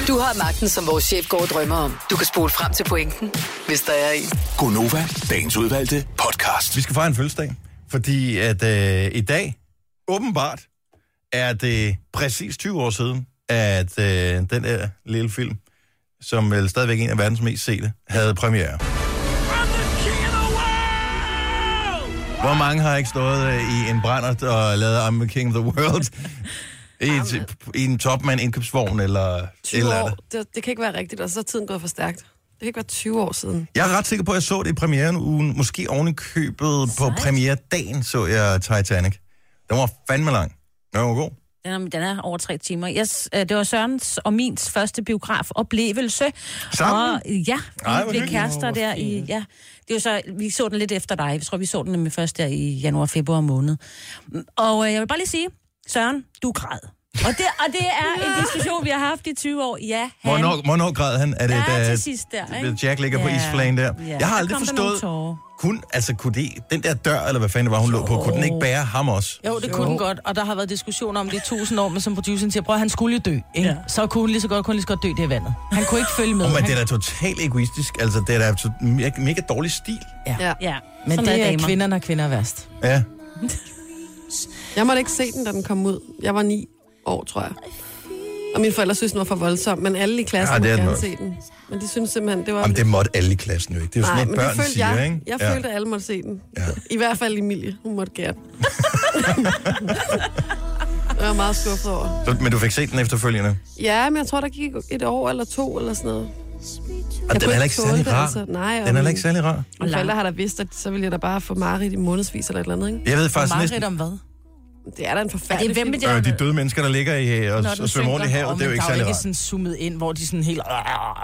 [SPEAKER 6] Du har magten, som vores chef går og drømmer om. Du kan spole frem til pointen, hvis der er en.
[SPEAKER 7] Gonova, dagens udvalgte podcast.
[SPEAKER 1] Vi skal fejre en fødselsdag, fordi at øh, i dag, åbenbart, er det præcis 20 år siden, at øh, den der lille film, som vel stadigvæk er en af verdens mest sete, havde premiere. Hvor mange har ikke stået øh, i en brændert og lavet I'm the king of the world? I, et, i en topman indkøbsvogn eller
[SPEAKER 4] 20
[SPEAKER 1] et eller
[SPEAKER 4] år,
[SPEAKER 1] andet.
[SPEAKER 4] det, det kan ikke være rigtigt, og så er tiden gået for stærkt. Det kan ikke være 20 år siden.
[SPEAKER 1] Jeg er ret sikker på, at jeg så det i premieren ugen. Måske oven i købet på premieredagen så jeg Titanic. Den var fandme lang. Den var god.
[SPEAKER 3] Den er, den er over tre timer. Yes, øh, det var Sørens og mins første biografoplevelse.
[SPEAKER 1] Sammen?
[SPEAKER 3] Og, øh, ja, vi
[SPEAKER 1] Ej,
[SPEAKER 3] Ej,
[SPEAKER 1] hvor
[SPEAKER 3] blev
[SPEAKER 1] hyggeligt.
[SPEAKER 3] kærester der i... Ja. Det var så, vi så den lidt efter dig. Jeg tror, vi så den nemlig først der i januar-februar måned. Og øh, jeg vil bare lige sige, Søren, du græd. Og det, og det er en diskussion, vi har haft i 20 år. Ja, han...
[SPEAKER 1] Hvornår, hvornår græd han? Er det,
[SPEAKER 3] Ja,
[SPEAKER 1] da,
[SPEAKER 3] til sidst der, ikke?
[SPEAKER 1] Jack ligger på
[SPEAKER 3] Ja,
[SPEAKER 1] isflagen der.
[SPEAKER 3] ja.
[SPEAKER 1] Jeg har
[SPEAKER 3] Der
[SPEAKER 1] aldrig
[SPEAKER 3] kom der nogle
[SPEAKER 1] forstået,
[SPEAKER 3] tårer.
[SPEAKER 1] kun, altså, kunne det, den der dør, eller hvad fanden det var, hun lå på, kunne den ikke bære ham også?
[SPEAKER 2] Jo, det kunne den godt, og der har været diskussioner om det i tusind år, men som produceren siger, prøv at han skulle jo dø, ikke? Ja. Så kunne hun lige så godt, kunne lige så godt dø det i vandet. Han kunne ikke følge med.
[SPEAKER 1] Oh, men
[SPEAKER 2] han,
[SPEAKER 1] det er da totalt egoistisk. Altså, det er da to- me- mega dårlig stil.
[SPEAKER 4] Ja.
[SPEAKER 3] Ja,
[SPEAKER 2] men
[SPEAKER 3] sådan
[SPEAKER 2] det er
[SPEAKER 3] damer.
[SPEAKER 2] kvinder, når kvinder er værst.
[SPEAKER 1] Ja.
[SPEAKER 4] Jeg måtte ikke se den, da den kom ud. Jeg var 9 år, tror jeg. Og mine forældre synes, den var for voldsom, men alle i klassen
[SPEAKER 1] Ja,
[SPEAKER 4] ja,
[SPEAKER 1] det er
[SPEAKER 4] måtte
[SPEAKER 1] den
[SPEAKER 4] gerne
[SPEAKER 1] også.
[SPEAKER 4] se den. Men de synes simpelthen, det var...
[SPEAKER 1] Jamen, det måtte alle i klassen jo ikke. Det er jo sådan
[SPEAKER 4] Nej,
[SPEAKER 1] noget,
[SPEAKER 4] men det
[SPEAKER 1] børn
[SPEAKER 4] følte
[SPEAKER 1] siger,
[SPEAKER 4] jeg.
[SPEAKER 1] ikke?
[SPEAKER 4] Jeg
[SPEAKER 1] Ja.
[SPEAKER 4] følte, at alle måtte se den.
[SPEAKER 1] Ja.
[SPEAKER 4] I hvert fald Emilie. Hun måtte gerne. *laughs* jeg var meget skuffet over.
[SPEAKER 1] Så- Men du fik set den efterfølgende.
[SPEAKER 4] Ja, men jeg tror, der gik et år eller to eller sådan noget.
[SPEAKER 1] Og den er
[SPEAKER 4] kunne
[SPEAKER 1] heller
[SPEAKER 4] ikke
[SPEAKER 1] ikke
[SPEAKER 4] tåle
[SPEAKER 1] særlig
[SPEAKER 4] det,
[SPEAKER 1] rar.
[SPEAKER 4] altså. Nej,
[SPEAKER 1] Den
[SPEAKER 4] og
[SPEAKER 1] er heller
[SPEAKER 4] min-
[SPEAKER 1] ikke særlig rar.
[SPEAKER 4] Mine forældre har da vidst, at så ville jeg da bare få mareridt i månedsvis eller et eller andet, ikke?
[SPEAKER 1] Jeg ved faktisk Altså, næsten
[SPEAKER 2] Mareridt om hvad?
[SPEAKER 4] Det er da en
[SPEAKER 3] Det
[SPEAKER 4] forfærdelig
[SPEAKER 3] er hvem med det
[SPEAKER 1] Øh, de
[SPEAKER 3] der-
[SPEAKER 1] døde mennesker, der ligger i, øh, og, og svømmer rundt i havet, det er jo ikke særlig
[SPEAKER 2] ikke
[SPEAKER 1] rart.
[SPEAKER 2] sådan zoomet ind, hvor de sådan helt...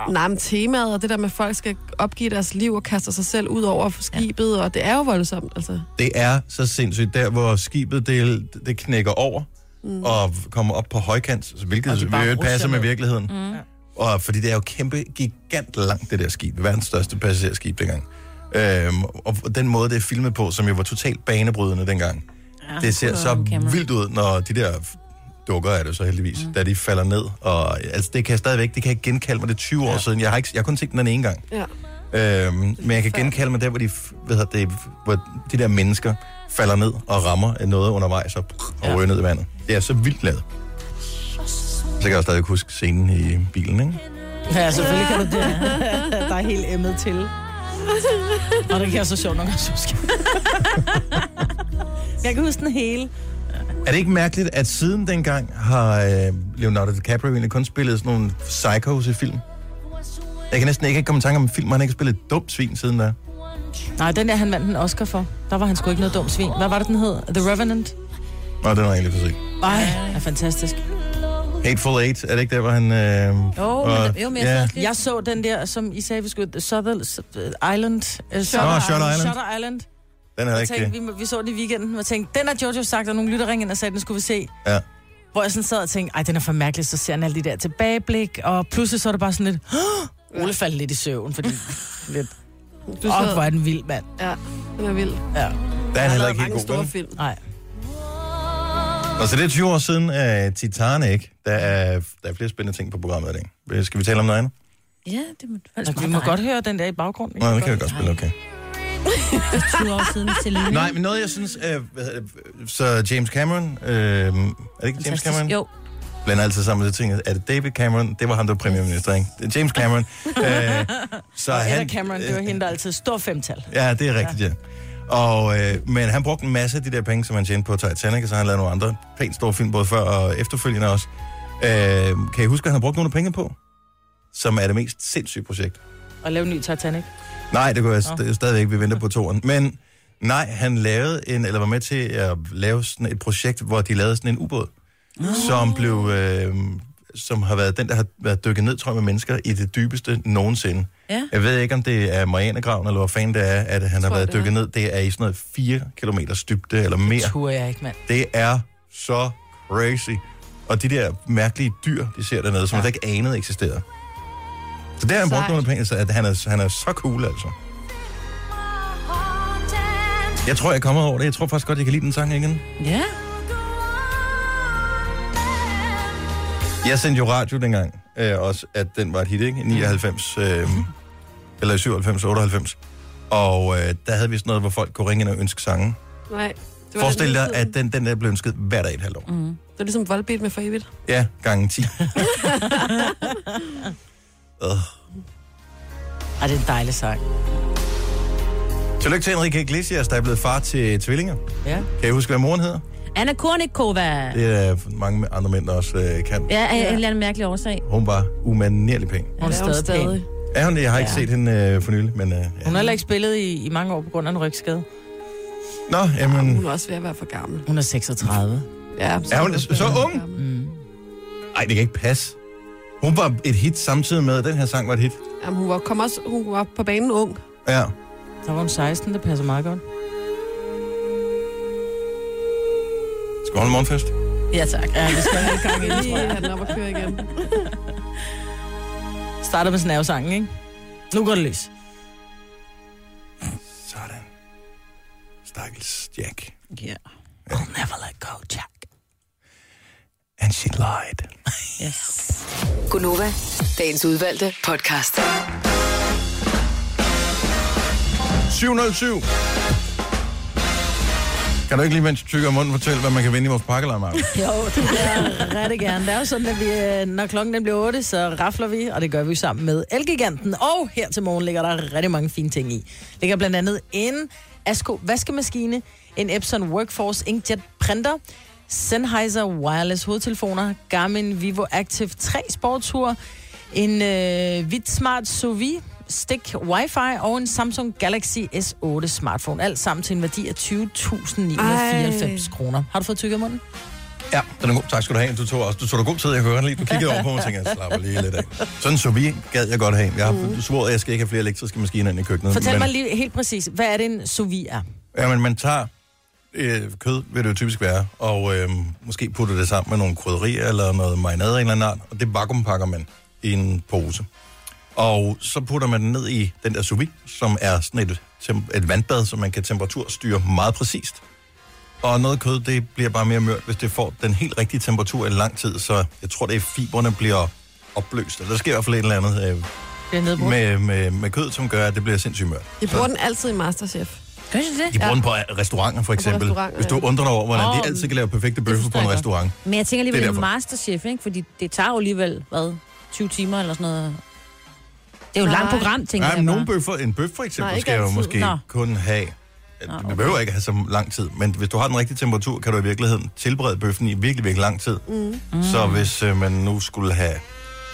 [SPEAKER 4] Nej, men temaet og det der med, at folk skal opgive deres liv og kaster sig selv ud over skibet, og det er jo voldsomt, altså.
[SPEAKER 1] Det er så sindssygt, der hvor skibet det, det knækker over mm. og kommer op på højkant, så- hvilket
[SPEAKER 2] Og de
[SPEAKER 1] jo
[SPEAKER 2] bare
[SPEAKER 1] ikke
[SPEAKER 2] rusler
[SPEAKER 1] passer med
[SPEAKER 2] ned.
[SPEAKER 1] virkeligheden. Mm. Og fordi det er jo kæmpe, gigant langt, det der skib. Verdens største passagerskib dengang. Øhm, og den måde, det er filmet på, som jo var totalt banebrydende dengang. Ja, det ser så vildt ud, når de der dukker er det jo så heldigvis, mm. da de falder ned. Og altså, det kan jeg stadigvæk, det kan jeg genkalde mig, det er 20 år siden. Jeg har, ikke, jeg har kun set den den ene gang.
[SPEAKER 4] Ja.
[SPEAKER 1] Øhm, men jeg kan genkalde mig der, hvor de, f- hvad hedder det, hvor de der mennesker, falder ned og rammer noget undervejs og, og ryger ned i vandet. Det er så vildt lavet. Så kan jeg stadig huske scenen i bilen, ikke?
[SPEAKER 2] Ja, selvfølgelig kan du det. Der er helt emmet til. Og det kan jeg så sjovt nok også huske. jeg kan huske den hele.
[SPEAKER 1] Er det ikke mærkeligt, at siden dengang har øh, Leonardo DiCaprio egentlig kun spillet sådan nogle psychos i film? Jeg kan næsten ikke komme i tanke om en film, hvor han ikke har spillet et dumt svin siden da.
[SPEAKER 2] Nej, den der, han vandt en Oscar for. Der var han sgu ikke noget dumt svin. Hvad var det, den hed? The Revenant?
[SPEAKER 1] Nå, den har jeg egentlig for sig.
[SPEAKER 2] Ej, er fantastisk.
[SPEAKER 1] Hateful Eight, er det ikke der, hvor han... Øh,
[SPEAKER 3] Jo, men-
[SPEAKER 1] og-
[SPEAKER 3] jo, men jeg
[SPEAKER 1] ja.
[SPEAKER 3] synes også
[SPEAKER 2] Jeg så den der, som I sagde, vi skulle... Southern Island. øh,
[SPEAKER 1] Shutter Island.
[SPEAKER 2] Shutter Island.
[SPEAKER 1] Den har jeg
[SPEAKER 2] Jeg
[SPEAKER 1] ikke...
[SPEAKER 2] tænkte, vi, vi så den i weekenden, og tænkte, den har Jojo sagt, og nogle lytter ringede ind og sagde, den skulle vi se.
[SPEAKER 1] Ja.
[SPEAKER 2] Hvor jeg sådan sad og tænkte, ej, den er for mærkelig, så ser han alle de der tilbageblik, og pludselig så er det bare sådan lidt, "Åh!" Ole faldt lidt i søvn, fordi lidt,
[SPEAKER 4] Du
[SPEAKER 2] åh, hvor
[SPEAKER 4] sad,
[SPEAKER 2] er den vild, mand.
[SPEAKER 4] ja, den er vild.
[SPEAKER 2] Ja,
[SPEAKER 1] Der er han
[SPEAKER 4] Han
[SPEAKER 1] heller
[SPEAKER 4] lavede
[SPEAKER 1] ikke helt
[SPEAKER 4] mange
[SPEAKER 1] god,
[SPEAKER 4] store
[SPEAKER 1] vel?
[SPEAKER 4] film.
[SPEAKER 2] nej.
[SPEAKER 1] Nå, så det er 20 år siden uh, Titanic. Der er, der er flere spændende ting på programmet i dag. Øh, Skal vi tale om noget andet?
[SPEAKER 3] Ja, det må faktisk
[SPEAKER 2] Altså, vi må godt høre den der i baggrunden.
[SPEAKER 1] Nej, det kan vi godt spille, okay.
[SPEAKER 3] 20 år siden til Lyne.
[SPEAKER 1] Nej, men noget, jeg synes... Øh, hvad hedder det, så James Cameron... Øh, er det ikke James Cameron?
[SPEAKER 3] Jo,
[SPEAKER 1] blander altid sammen til ting. Er det David Cameron? Det var ham, der var premierminister, ikke? Det er James
[SPEAKER 2] *laughs*
[SPEAKER 1] Cameron. øh, så
[SPEAKER 2] Og Ella Cameron, det var
[SPEAKER 1] Øh,
[SPEAKER 2] hende, der altid stor femtal.
[SPEAKER 1] Ja, det er rigtigt, ja. Og, øh, men han brugte en masse af de der penge, som han tjente på Titanic, og så har han lavet nogle andre pænt store film, både før og efterfølgende også. Øh, kan I huske, at han har brugt nogle af penge på? Som er det mest sindssyge projekt.
[SPEAKER 2] Og lave en ny Titanic.
[SPEAKER 1] Nej, det går jeg st- stadigvæk, vi venter på toren. Men nej, han lavede en, eller var med til at lave sådan et projekt, hvor de lavede sådan en ubåd, som blev, øh, som har været den, der har været dykket ned, tror jeg, med mennesker i det dybeste nogensinde.
[SPEAKER 3] Ja.
[SPEAKER 1] Jeg ved ikke, om det er Marianergraven, eller hvor fanden det er, at han har været
[SPEAKER 4] det er.
[SPEAKER 1] dykket ned. Det er i sådan noget 4 km dybde, eller mere.
[SPEAKER 2] Turer jeg ikke, mand.
[SPEAKER 1] Det er så crazy. Og de der mærkelige dyr, de ser dernede, som ja. man slet ikke anede eksisterede. Så der har han brugt
[SPEAKER 4] Sejt.
[SPEAKER 1] nogle penge, så at han er, han er så cool, altså. Jeg tror, jeg er kommet over det. Jeg tror faktisk godt, jeg kan lide den sang igen.
[SPEAKER 3] ja.
[SPEAKER 1] Jeg sendte jo radio dengang øh, også, at den var et hit, ikke? I 99, øh,
[SPEAKER 4] Mhm.
[SPEAKER 1] eller i 97, 98. Og øh, der havde vi sådan noget, hvor folk kunne ringe ind og ønske sange.
[SPEAKER 4] Nej. Det var
[SPEAKER 1] Forestil
[SPEAKER 4] lidt
[SPEAKER 1] dig,
[SPEAKER 4] tiden.
[SPEAKER 1] at den, den der blev ønsket hver dag i et halvt år. Mm.
[SPEAKER 4] Det var ligesom voldbeat med for evigt.
[SPEAKER 1] Ja, gange
[SPEAKER 2] *laughs*
[SPEAKER 1] 10. Øh.
[SPEAKER 2] Ej, det er en dejlig sang.
[SPEAKER 1] Tillykke til Enrique Iglesias, der er blevet far til tvillinger.
[SPEAKER 2] Ja.
[SPEAKER 1] Kan I huske, hvad moren hedder?
[SPEAKER 3] Anna Kornikova.
[SPEAKER 1] Det er mange andre mænd, der også øh, kan.
[SPEAKER 3] Ja, af en eller anden mærkelig årsag.
[SPEAKER 1] Hun var umanerlig pæn.
[SPEAKER 2] Hun er
[SPEAKER 4] Det er jo
[SPEAKER 2] stadig,
[SPEAKER 4] stadig.
[SPEAKER 2] pæn.
[SPEAKER 1] Er hun det? Jeg har ikke
[SPEAKER 2] Ja.
[SPEAKER 1] set hende øh, for nylig, men... Øh, ja.
[SPEAKER 2] Hun har heller ikke spillet i, i mange år på grund af en rygskade.
[SPEAKER 1] Nå, jamen...
[SPEAKER 4] Hun er også ved at være for gammel.
[SPEAKER 2] Hun er 36.
[SPEAKER 4] Ja, så
[SPEAKER 1] Mm. Er hun
[SPEAKER 4] også
[SPEAKER 1] så
[SPEAKER 4] ved at være for
[SPEAKER 1] ung?
[SPEAKER 4] gammel.
[SPEAKER 1] Ej, det kan ikke passe. Hun var et hit samtidig med, at den her sang var et hit.
[SPEAKER 4] Jamen, hun var, kom også, hun var på banen ung.
[SPEAKER 1] Ja.
[SPEAKER 2] Så var hun 16, det passer meget godt.
[SPEAKER 1] Skal vi holde morgenfest?
[SPEAKER 2] Ja, tak. Ja, vi skal have gang i det,
[SPEAKER 4] Lige
[SPEAKER 2] tror jeg.
[SPEAKER 4] have den op og køre igen.
[SPEAKER 2] Starter med snævesangen, ikke? Nu går det løs.
[SPEAKER 1] Sådan. Stakkels Jack.
[SPEAKER 2] Yeah. I'll never let go, Jack.
[SPEAKER 1] And she lied.
[SPEAKER 6] Gunova, dagens udvalgte podcast.
[SPEAKER 1] 707. Kan du ikke lige, mens du tykker om munden, fortælle, hvad man kan vinde i vores pakkelarmark?
[SPEAKER 2] Jo, det vil jeg rigtig gerne. Det er jo sådan, at vi, øh, når klokken den bliver 8, så rafler vi, og det gør vi jo sammen med Elgiganten. Og her til morgen ligger der rigtig mange fine ting i. Ligger blandt andet en Asko vaskemaskine, en Epson Workforce Inkjet printer, Sennheiser wireless hovedtelefoner, Garmin Vivo Active 3 sportsur, en øh, Vit Smart Sous Stik Wi-Fi og en Samsung Galaxy S8 smartphone. Alt sammen til en værdi af 20.994 kroner. Har du fået tykket munden?
[SPEAKER 1] Ja, den er god. Tak skal du have. Du tog, også, du tog dig god tid, jeg hørte lige. Du kiggede over på mig og tænkte, jeg slapper lige lidt af. Sådan så vi gad jeg godt have. Jeg har mm. svoret, at jeg skal ikke have flere elektriske maskiner ind i køkkenet.
[SPEAKER 2] Fortæl
[SPEAKER 1] men,
[SPEAKER 2] mig lige helt præcis, hvad er det en sous vide er?
[SPEAKER 1] Ja, men man tager øh, kød, vil det jo typisk være, og øh, måske putter det sammen med nogle krydderier eller noget marinade af en eller anden art, og det vakuumpakker man i en pose. Og så putter man den ned i den der sous vide, som er sådan et, tem- et vandbad, som man kan temperaturstyre meget præcist. Og noget kød, det bliver bare mere mørt, hvis det får den helt rigtige temperatur i lang tid, så jeg tror, det er fiberne bliver opløst. Eller der sker i hvert fald et eller andet øh,
[SPEAKER 2] Bliver nedbrudt?
[SPEAKER 1] med, med, med kød, som gør, at det bliver sindssygt mørt.
[SPEAKER 4] Jeg bruger den altid i Masterchef.
[SPEAKER 3] Gør I det?
[SPEAKER 1] De bruger den på øh, restauranter, for eksempel.
[SPEAKER 4] restauranter,
[SPEAKER 1] Hvis du
[SPEAKER 4] ja.
[SPEAKER 1] undrer dig over, hvordan
[SPEAKER 3] Åh,
[SPEAKER 1] de altid kan lave perfekte bøffer på
[SPEAKER 3] jeg
[SPEAKER 1] en
[SPEAKER 3] godt.
[SPEAKER 1] restaurant.
[SPEAKER 3] Men jeg tænker
[SPEAKER 1] Det er
[SPEAKER 3] alligevel, det
[SPEAKER 1] derfor.
[SPEAKER 3] er Masterchef, ikke? Fordi det tager jo alligevel, hvad, 20 timer eller sådan noget. Det er jo et langt
[SPEAKER 4] Nej.
[SPEAKER 3] program, tænker
[SPEAKER 1] Nej, men
[SPEAKER 3] jeg
[SPEAKER 1] nogle
[SPEAKER 3] bare.
[SPEAKER 1] bøffer, en bøf for eksempel,
[SPEAKER 4] Nej,
[SPEAKER 1] Nej,
[SPEAKER 4] ikke
[SPEAKER 1] skal jo
[SPEAKER 4] altid.
[SPEAKER 1] måske Nå.
[SPEAKER 3] Nå.
[SPEAKER 1] kun have... Nå, okay. Du behøver ikke have så lang tid, men hvis du har den rigtige temperatur, kan du i virkeligheden tilberede bøffen i virkelig, virkelig lang tid. Mm. Så hvis øh, man nu skulle have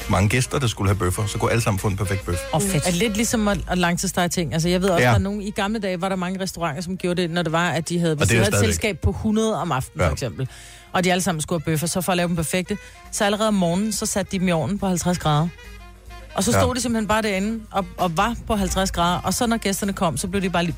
[SPEAKER 1] mange gæster, der skulle have bøffer, så kunne alle sammen få en perfekt bøf.
[SPEAKER 3] Åh, oh, fedt.
[SPEAKER 2] Er det lidt ligesom at, at langtidsstege ting. Altså, jeg ved også,
[SPEAKER 1] Ja.
[SPEAKER 2] ja. der er nogen, i gamle dage var der mange restauranter, som gjorde det, når det var, at de havde, hvis
[SPEAKER 1] det
[SPEAKER 2] de
[SPEAKER 1] er der
[SPEAKER 2] havde
[SPEAKER 1] stadigvæk.
[SPEAKER 2] et selskab på 100 om aftenen,
[SPEAKER 1] Ja.
[SPEAKER 2] ja. for eksempel, og de alle sammen skulle have bøffer, så for at lave dem perfekte, så allerede om morgenen, så satte de dem i ovnen på 50 grader. Og så
[SPEAKER 1] Ja.
[SPEAKER 2] stod ja. de simpelthen bare derinde og, og var på 50 grader, og så når gæsterne kom, så blev de bare lige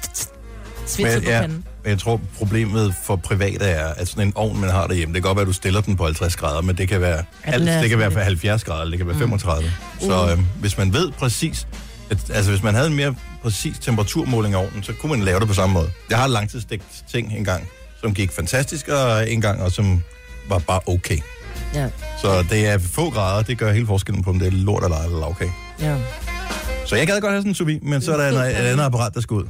[SPEAKER 2] svitset
[SPEAKER 1] Men,
[SPEAKER 2] på
[SPEAKER 1] ja,
[SPEAKER 2] panden.
[SPEAKER 1] men jeg tror, problemet for private er, at sådan en ovn, man har derhjemme, det kan godt være, at du stiller den på 50 grader, men det kan være, alt,
[SPEAKER 2] er
[SPEAKER 1] det kan være
[SPEAKER 2] sådan Mm. Uh.
[SPEAKER 1] for 70 grader, eller det kan være 35. Så øh, hvis man ved præcis, at, altså hvis man havde en mere præcis temperaturmåling af ovnen, så kunne man lave det på samme måde. Jeg har langtidsstegt ting engang, som gik fantastisk, og en gang, og som var bare okay.
[SPEAKER 2] Ja.
[SPEAKER 1] Så det er få grader, det gør hele forskellen på, om det er lort eller eller lavkage.
[SPEAKER 2] ja.
[SPEAKER 1] Så jeg gad godt have sådan en sous vide, men så er der en- et andet apparat, der skal ud.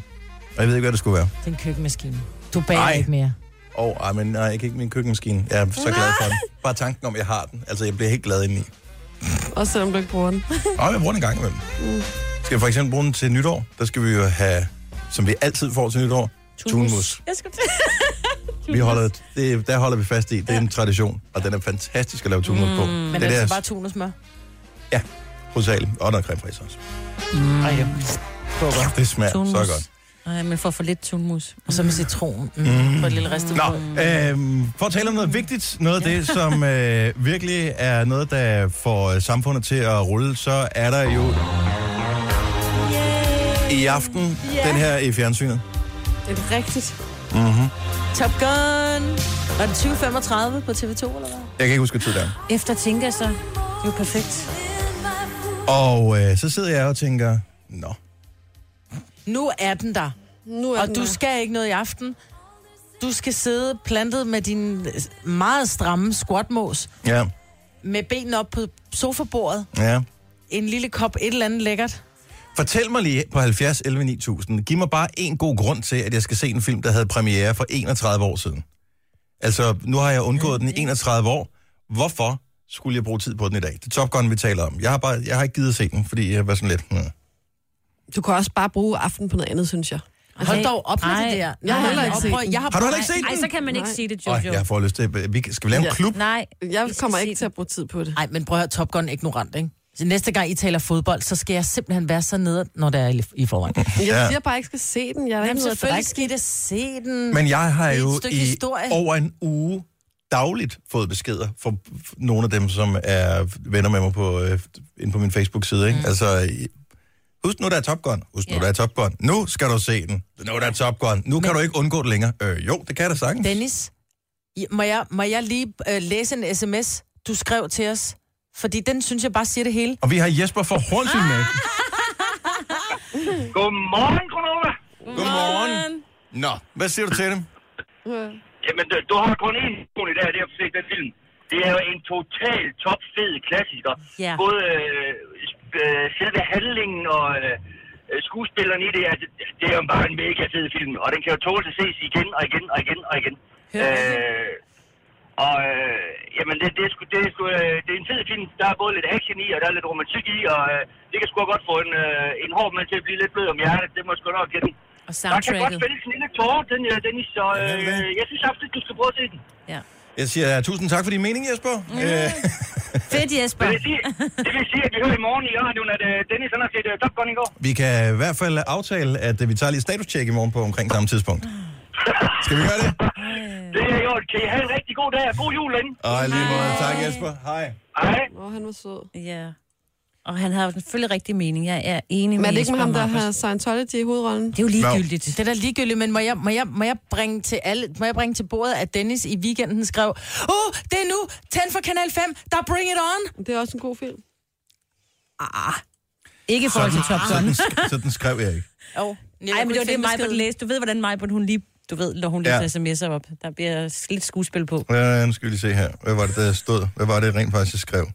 [SPEAKER 1] Og jeg ved ikke, hvad det skulle være.
[SPEAKER 2] Det er en køkkenmaskine. Du bager
[SPEAKER 1] Ej.
[SPEAKER 2] Ej. ikke mere.
[SPEAKER 1] Åh, oh, ej, men nej, jeg kan ikke min køkkenmaskine. Jeg er så glad for den. Bare tanken om, at jeg har den. Altså, jeg bliver helt glad indeni.
[SPEAKER 4] Også selvom du ikke bruger den.
[SPEAKER 1] Og jeg bruger den en gang imellem.
[SPEAKER 2] Mm.
[SPEAKER 1] Skal jeg for eksempel bruge den til nytår? Der skal vi jo have, som vi altid får til nytår, tunmus.
[SPEAKER 3] Jeg skulle
[SPEAKER 1] *laughs*
[SPEAKER 3] til.
[SPEAKER 1] Vi holder, det, der holder vi fast i. Det er en tradition, og den er fantastisk at lave tunmus på.
[SPEAKER 2] Men
[SPEAKER 1] det
[SPEAKER 2] det er
[SPEAKER 1] der
[SPEAKER 2] altså bare tunesmør.
[SPEAKER 1] Ja, hovedsagelig. Og der er creme fraiche også.
[SPEAKER 2] Ej, ja.
[SPEAKER 1] Det smager
[SPEAKER 3] Tunmus.
[SPEAKER 1] så godt.
[SPEAKER 3] Nej, men for for lidt tunmus.
[SPEAKER 2] Og så med citron. Mm. Mm. For et lille ristet
[SPEAKER 1] Nå,
[SPEAKER 2] brød.
[SPEAKER 1] øh, for at tale om noget vigtigt, noget af det, som øh, virkelig er noget, der får øh, samfundet til at rulle, så er der jo i aften, den her i fjernsynet.
[SPEAKER 4] Det er rigtigt.
[SPEAKER 2] Top Gun. Var det 2035 på TV2, eller hvad?
[SPEAKER 1] Jeg kan ikke huske, hvad tid det er.
[SPEAKER 3] Efter tænker jeg så, det er jo perfekt.
[SPEAKER 1] Og øh, så sidder jeg og tænker, nå,
[SPEAKER 2] Nu er den der.
[SPEAKER 4] Nu er
[SPEAKER 2] Og
[SPEAKER 4] den
[SPEAKER 2] du
[SPEAKER 4] her.
[SPEAKER 2] skal ikke noget i aften. Du skal sidde plantet med din meget stramme squatmås,
[SPEAKER 1] ja,
[SPEAKER 2] med benene op på sofabordet,
[SPEAKER 1] ja.
[SPEAKER 2] en lille kop et eller andet lækkert.
[SPEAKER 1] Fortæl mig lige på 70 11 9000, giv mig bare en god grund til, at jeg skal se en film, der havde premiere for 31 år siden. Altså, nu har jeg undgået den i 31 år. Hvorfor skulle jeg bruge tid på den i dag? Det er Top Gun, vi taler om. Jeg har, bare, jeg har ikke givet at se den, fordi jeg var sådan lidt... Hmm.
[SPEAKER 4] Du kan også bare bruge aften på noget andet, synes jeg.
[SPEAKER 2] Hold dog op med
[SPEAKER 3] Ej.
[SPEAKER 2] det der.
[SPEAKER 4] Jeg har heller ikke
[SPEAKER 2] og
[SPEAKER 4] set
[SPEAKER 2] prøv-
[SPEAKER 4] den.
[SPEAKER 2] Jeg har,
[SPEAKER 1] Har du heller ikke set
[SPEAKER 3] Nej,
[SPEAKER 1] den?
[SPEAKER 3] så kan man ikke
[SPEAKER 4] Nej.
[SPEAKER 3] sige det,
[SPEAKER 1] Øj,
[SPEAKER 3] Jojo.
[SPEAKER 1] jeg får lyst til... Vi, skal vi lave en
[SPEAKER 4] Ja.
[SPEAKER 1] klub?
[SPEAKER 3] Nej,
[SPEAKER 4] Jeg
[SPEAKER 3] vi skal
[SPEAKER 4] kommer
[SPEAKER 3] se
[SPEAKER 4] ikke til
[SPEAKER 3] den.
[SPEAKER 4] at bruge tid på det.
[SPEAKER 2] Nej, men prøv at høre, Top Gun er ignorant, ikke? Så næste gang I taler fodbold, så skal jeg simpelthen være så nede, når der er i- i forvejen.
[SPEAKER 4] Jeg
[SPEAKER 1] Ja.
[SPEAKER 4] siger bare, at jeg ikke skal se den. Jeg er da
[SPEAKER 2] Jamen,
[SPEAKER 4] ikke noget
[SPEAKER 2] selvfølgelig
[SPEAKER 4] drik.
[SPEAKER 2] skal I da se den.
[SPEAKER 1] Men jeg har
[SPEAKER 2] Det er et
[SPEAKER 1] jo
[SPEAKER 2] stykke
[SPEAKER 1] i
[SPEAKER 2] historie.
[SPEAKER 1] over en uge dagligt fået beskeder fra nogle af dem, som er venner med mig på, øh, inde på min Facebook-side. Ikke? Mm. Altså, i- husk nu, der er Top Gun. Husk nu,
[SPEAKER 3] Ja.
[SPEAKER 1] der er Top Gun. Nu skal du se den. Nu der er Top Gun. Nu Men... kan du ikke undgå det længere. Øh, jo, det kan jeg da sagtens. Den...
[SPEAKER 2] Dennis, I- må jeg, må jeg lige øh, læse en sms, du skrev til os? Fordi den synes jeg bare siger det hele.
[SPEAKER 1] Og vi har Jesper fra Hornsyn med.
[SPEAKER 8] Godmorgen, Kronova.
[SPEAKER 1] Godmorgen. Nå, hvad siger du til dem?
[SPEAKER 8] Jamen, du, du har kun én person i dag, det er at se den film. Det er jo en total topfed klassiker.
[SPEAKER 3] Ja.
[SPEAKER 8] Både øh, sp- øh, selve handlingen og øh, øh, skuespillerne i det, altså, det er jo bare en mega fed film. Og den kan jo tåle at ses igen og igen og igen og igen. Øh, og øh, jamen, det, det, er sgu, det, er sgu, øh, det er en fed film. Der er både lidt action i, og der er lidt romantik i, og øh, det kan sgu godt få en, øh, en hård mand til at blive lidt blød om hjertet. Det må jeg sgu nok give den. Der
[SPEAKER 3] Og
[SPEAKER 8] kan godt
[SPEAKER 3] soundtracket.
[SPEAKER 8] fældes en lille tårer, den, øh, Dennis, så
[SPEAKER 1] Ja, det er
[SPEAKER 8] øh,
[SPEAKER 1] det.
[SPEAKER 8] jeg synes absolut, du skal prøve at se den.
[SPEAKER 3] Ja.
[SPEAKER 1] Jeg siger, tusind tak for din mening, Jesper. Mm. Øh,
[SPEAKER 3] Fedt, Jesper.
[SPEAKER 8] Det vil
[SPEAKER 9] *laughs*
[SPEAKER 8] sige, det vil sige at vi hører i morgen i radioen, at øh, Dennis han har set øh, Top Gun i går.
[SPEAKER 1] vi kan i hvert fald aftale, at øh, vi tager lige et status-check i morgen på omkring samme tidspunkt. Skal vi gøre det?
[SPEAKER 8] Det er jo, kan I have en rigtig god dag og god jul inden.
[SPEAKER 1] Og lige måde. Tak, Jesper. Hej.
[SPEAKER 8] Hej.
[SPEAKER 4] Åh, han var sød.
[SPEAKER 3] Ja. Og han har jo selvfølgelig rigtig mening. Jeg er enig
[SPEAKER 4] Men
[SPEAKER 3] med
[SPEAKER 4] er det ikke med
[SPEAKER 3] Jesper
[SPEAKER 4] ham, der
[SPEAKER 3] Marcus.
[SPEAKER 4] har Scientology i hovedrollen?
[SPEAKER 3] Det er jo ligegyldigt.
[SPEAKER 2] Det er da ligegyldigt, men må jeg, må jeg, må jeg, bringe, til alle, må jeg bringe til bordet, at Dennis i weekenden skrev, Åh, oh, det er nu, tænd for Kanal 5, der er Bring It On.
[SPEAKER 4] Det er også en god film.
[SPEAKER 3] Ikke i forhold til Top Gun.
[SPEAKER 1] Sådan, sk- sådan skrev jeg ikke.
[SPEAKER 2] Oh,
[SPEAKER 3] Nej, men det var det, Majbert læste. Du ved, hvordan Majbert, hun lige, du ved, når hun
[SPEAKER 1] Ja.
[SPEAKER 3] læser sms'er op. Der bliver lidt skuespil på.
[SPEAKER 1] Øh, nu skal vi lige se her. Hvad var det, der stod? Hvad var det, jeg rent faktisk skrev?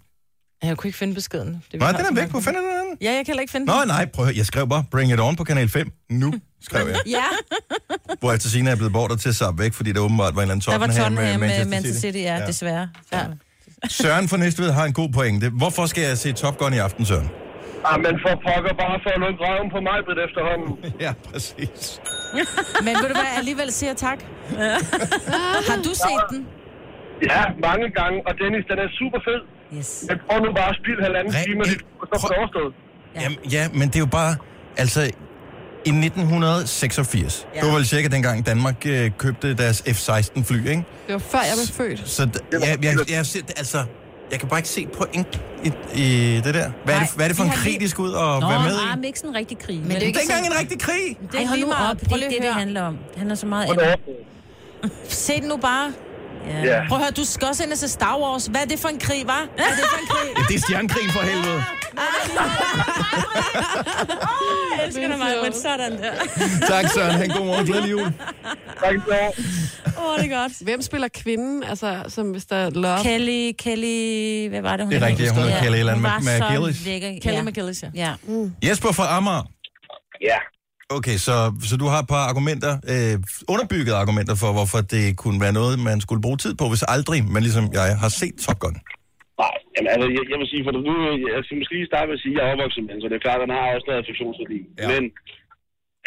[SPEAKER 2] Jeg kunne ikke finde beskeden. Det, vi
[SPEAKER 1] Nej,
[SPEAKER 2] har
[SPEAKER 1] den
[SPEAKER 2] så
[SPEAKER 1] er væk
[SPEAKER 2] mange.
[SPEAKER 1] på fanden. den?
[SPEAKER 2] Ja, jeg kan heller ikke finde
[SPEAKER 1] Nå
[SPEAKER 2] den.
[SPEAKER 1] nej, prøv at høre. Jeg skrev bare, bring it on på Kanal 5. Nu, skrev
[SPEAKER 3] *laughs*
[SPEAKER 1] jeg.
[SPEAKER 3] Ja,
[SPEAKER 1] Hvor efter Sina er blevet bordet til at zappe væk, fordi der åbenbart var en eller anden
[SPEAKER 3] der var
[SPEAKER 1] Tottenham,
[SPEAKER 3] Tottenham
[SPEAKER 1] med
[SPEAKER 3] med
[SPEAKER 1] Manchester,
[SPEAKER 3] Manchester City, ja,
[SPEAKER 1] Ja.
[SPEAKER 3] desværre. Ja.
[SPEAKER 1] Søren fra Næstved har en god pointe. Hvorfor skal jeg se Top Gun i aften, Søren?
[SPEAKER 9] Ah, men for pokker bare for at lukke røven på mig, Britt,
[SPEAKER 8] *laughs*
[SPEAKER 9] efterhånden.
[SPEAKER 1] *laughs* Ja, præcis.
[SPEAKER 2] Men ved du hvad, jeg alligevel siger tak.
[SPEAKER 3] *laughs*
[SPEAKER 2] Har du set den?
[SPEAKER 9] Ja, mange gange. Og Dennis, den er super fed.
[SPEAKER 3] Yes.
[SPEAKER 9] Jeg prøver nu bare at spille halvanden
[SPEAKER 1] Re-
[SPEAKER 9] time, og det- og så er det
[SPEAKER 1] Prøv-
[SPEAKER 9] overstået.
[SPEAKER 1] Ja. Jamen, ja, men det er jo bare... Altså, i 1986, ja. det var vel cirka dengang Danmark øh, købte deres F-16 fly, ikke?
[SPEAKER 4] Det var før jeg blev født.
[SPEAKER 1] Så d- jeg, jeg, jeg, jeg, ser- altså, jeg kan bare ikke se point i, i det der. Hvad, er, det,
[SPEAKER 2] Nej,
[SPEAKER 1] hvad er det for
[SPEAKER 2] vi
[SPEAKER 1] en
[SPEAKER 2] har
[SPEAKER 1] krig,
[SPEAKER 2] lige-
[SPEAKER 1] de skal ud og Nå, være med
[SPEAKER 3] Ah,
[SPEAKER 1] i?
[SPEAKER 3] men ikke sådan en rigtig krig.
[SPEAKER 5] Men det er
[SPEAKER 1] Det
[SPEAKER 5] ikke
[SPEAKER 1] er ikke engang en rigtig krig.
[SPEAKER 3] Ej, hold nu op. Det er ikke det, det handler om. Det handler så meget
[SPEAKER 9] Så er
[SPEAKER 3] om.
[SPEAKER 9] det overstået.
[SPEAKER 2] Se den nu bare.
[SPEAKER 9] Ja.
[SPEAKER 2] Prøv at høre, du skal også ind og se Star Wars. Hvad er det for en krig, var? Hvad er det for en krig?
[SPEAKER 1] Ja, det er stjernekrigen for *laughs* helvede.
[SPEAKER 3] Jeg elsker dig meget, men sådan der.
[SPEAKER 1] tak, Søren. Han, god morgen. Glædelig jul.
[SPEAKER 9] Tak for det.
[SPEAKER 3] *laughs* Åh, oh, det er godt.
[SPEAKER 4] Hvem spiller kvinden? Altså, som hvis der er love?
[SPEAKER 3] Kelly, Kelly... Hvad var det, hun
[SPEAKER 1] Det er rigtigt, ja, hun hed Kelly et eller andet.
[SPEAKER 3] Hun
[SPEAKER 1] Mac-
[SPEAKER 3] var
[SPEAKER 1] McGillis.
[SPEAKER 3] så lækker.
[SPEAKER 2] Kelly
[SPEAKER 3] Ja.
[SPEAKER 2] McGillis, ja.
[SPEAKER 3] Ja.
[SPEAKER 1] Jesper fra Amager.
[SPEAKER 9] Ja.
[SPEAKER 1] Okay, så, så du har et par argumenter, øh, underbyggede argumenter for, hvorfor det kunne være noget, man skulle bruge tid på, hvis aldrig man ligesom jeg har set Top Gun.
[SPEAKER 9] Nej, jamen, altså, jeg, jeg vil sige, for det, nu, jeg skal måske lige starte med at sige, at jeg er opvokset med den, så det er klart, at den har også noget affektionsværdi.
[SPEAKER 1] Ja.
[SPEAKER 9] Ja. Men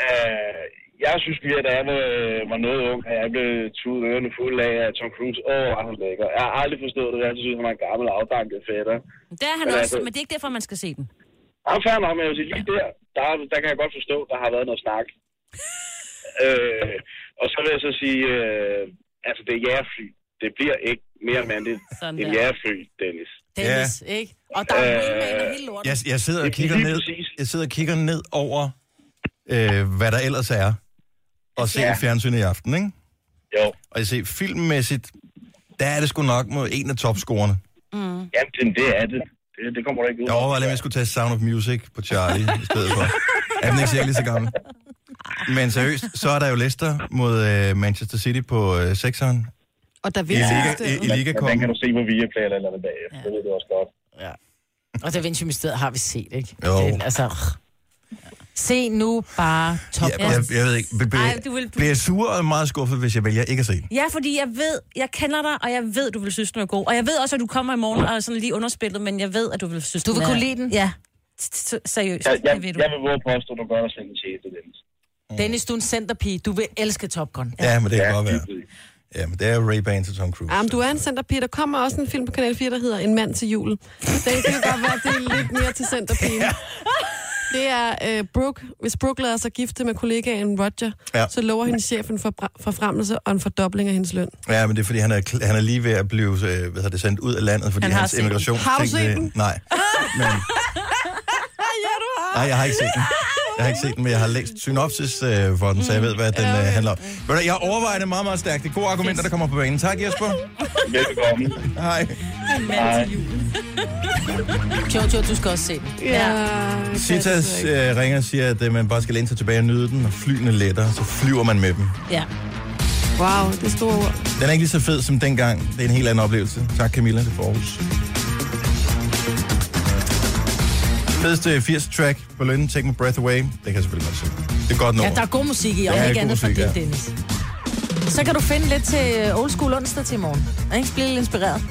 [SPEAKER 9] øh, jeg synes mere, da jeg var, øh, var noget ung, at jeg blev tudet ørerne fuld af at Tom Cruise. Åh, han er lækker. Jeg har aldrig forstået det. Jeg har altid synes, han var en gammel, afdanket fætter.
[SPEAKER 3] Det er han
[SPEAKER 9] Men
[SPEAKER 3] også,
[SPEAKER 9] altså-
[SPEAKER 3] men det er ikke derfor, man skal se den.
[SPEAKER 9] Han fair nok, men jeg vil sige, lige der, der, der kan jeg godt forstå, der har været noget
[SPEAKER 3] *laughs*
[SPEAKER 9] snak. øh, og så vil jeg så sige, øh, altså det er jægerfly. Det bliver ikke mere mandligt
[SPEAKER 3] Sådan
[SPEAKER 9] end
[SPEAKER 3] der.
[SPEAKER 9] jægerfly, Dennis.
[SPEAKER 2] Dennis, ikke? Og der
[SPEAKER 9] Øh.
[SPEAKER 2] er remake og hele lorten.
[SPEAKER 1] Jeg, jeg, sidder, og
[SPEAKER 9] Det er
[SPEAKER 1] kigger
[SPEAKER 9] lige
[SPEAKER 1] ned,
[SPEAKER 9] præcis.
[SPEAKER 1] jeg sidder og kigger ned over, øh, hvad der ellers er, og ser ja. fjernsynet i aften, ikke?
[SPEAKER 9] Jo.
[SPEAKER 1] Og jeg ser filmmæssigt, der er det sgu nok mod en af topscorerne.
[SPEAKER 9] Jamen, det- det er det. Det, det kommer der ikke ud.
[SPEAKER 1] Jeg overvejede, om jeg skulle tage Sound of Music på Charlie i stedet for. Er den ikke cirka lige så gammel? Men seriøst, så er der jo Leicester mod øh, Manchester City på øh, 6'eren
[SPEAKER 4] Og der
[SPEAKER 1] i,
[SPEAKER 4] vil
[SPEAKER 1] Liga, i, i
[SPEAKER 4] sidste.
[SPEAKER 1] Liga
[SPEAKER 9] Men den kan du se på Viaplay eller eller bagefter.
[SPEAKER 2] Ja.
[SPEAKER 9] Ja. Det ved du også godt.
[SPEAKER 2] *laughs* Og Da Vinci Mysteriet har vi set, ikke?
[SPEAKER 1] Jo.
[SPEAKER 2] Det, er altså, rr. se nu bare Top Gun.
[SPEAKER 1] Ja, jeg, jeg ved ikke, bl- bl-
[SPEAKER 3] Ej, du vil-
[SPEAKER 1] bliver jeg sur og meget skuffet, hvis jeg vælger ikke at se den?
[SPEAKER 3] Ja, fordi jeg ved, jeg kender dig, og jeg ved, du vil synes, den er god. Og jeg ved også, at du kommer i morgen og er sådan lige underspillet, men jeg ved, at du vil synes,
[SPEAKER 2] Du vil
[SPEAKER 3] er-
[SPEAKER 2] kunne lide den?
[SPEAKER 3] Ja. S- s- Seriøst,
[SPEAKER 9] Jeg, jeg,
[SPEAKER 3] det ved du.
[SPEAKER 9] jeg vil våge at påstå, at du gør dig selv en tjeneste, Dennis.
[SPEAKER 2] Dennis, du er en centerpige. Du vil elske Top Gun.
[SPEAKER 1] Ja, men det kan godt
[SPEAKER 9] lige
[SPEAKER 1] være.
[SPEAKER 9] præcis.
[SPEAKER 1] Ja, men det er jo Ray-Ban til Tom Cruise.
[SPEAKER 4] Jamen, du er en centerpige. Der kommer også en film på Kanal 4, der hedder En mand til julen. Den kan godt være, at det er lidt mere til centerpigen. Det er øh, Brooke. Hvis Brooke lader sig gifte med kollegaen Roger,
[SPEAKER 1] Ja.
[SPEAKER 4] ja. så lover hendes chef en forbra- forfremmelse og en fordobling af hendes løn.
[SPEAKER 1] Ja, men det er, fordi han er, kl- han er lige ved at blive øh, hvad hedder det, sendt ud af landet, fordi
[SPEAKER 3] Han
[SPEAKER 1] han
[SPEAKER 3] har
[SPEAKER 1] hans
[SPEAKER 3] set den.
[SPEAKER 1] immigration...
[SPEAKER 4] Har du set den?
[SPEAKER 1] Nej. Men... ja, du har. Nej, jeg har ikke set den. Jeg har ikke set den, men jeg har læst synopsis øh, for den, så jeg ved, hvad den øh, handler om. Ved du, jeg overvejer det meget, meget stærkt. Det er gode argumenter, der kommer på banen. Tak, Jesper.
[SPEAKER 9] Velbekomme.
[SPEAKER 1] Hej.
[SPEAKER 9] Hej.
[SPEAKER 2] Jojo, du skal også se den.
[SPEAKER 4] Ja,
[SPEAKER 1] Citas øh, ringer og siger, at øh, man bare skal læne sig tilbage og nyde den, og flyene letter, så flyver man med dem.
[SPEAKER 3] Ja.
[SPEAKER 4] Wow, det er store ord.
[SPEAKER 1] Den er ikke lige så fed som dengang. Det er en helt anden oplevelse. Tak Camilla, det er for Aarhus. Fedeste 80 track på lønnen, Take My Breath Away. Det kan jeg selvfølgelig godt se. Det er godt nummer.
[SPEAKER 2] Ja, der er god musik i, og
[SPEAKER 1] Ja,
[SPEAKER 2] ja, ikke
[SPEAKER 1] god
[SPEAKER 2] andet for
[SPEAKER 1] musik,
[SPEAKER 2] det,
[SPEAKER 1] ja.
[SPEAKER 2] Dennis. Så kan du finde lidt til øh, Old School onsdag til i morgen. Og ikke blive lidt inspireret.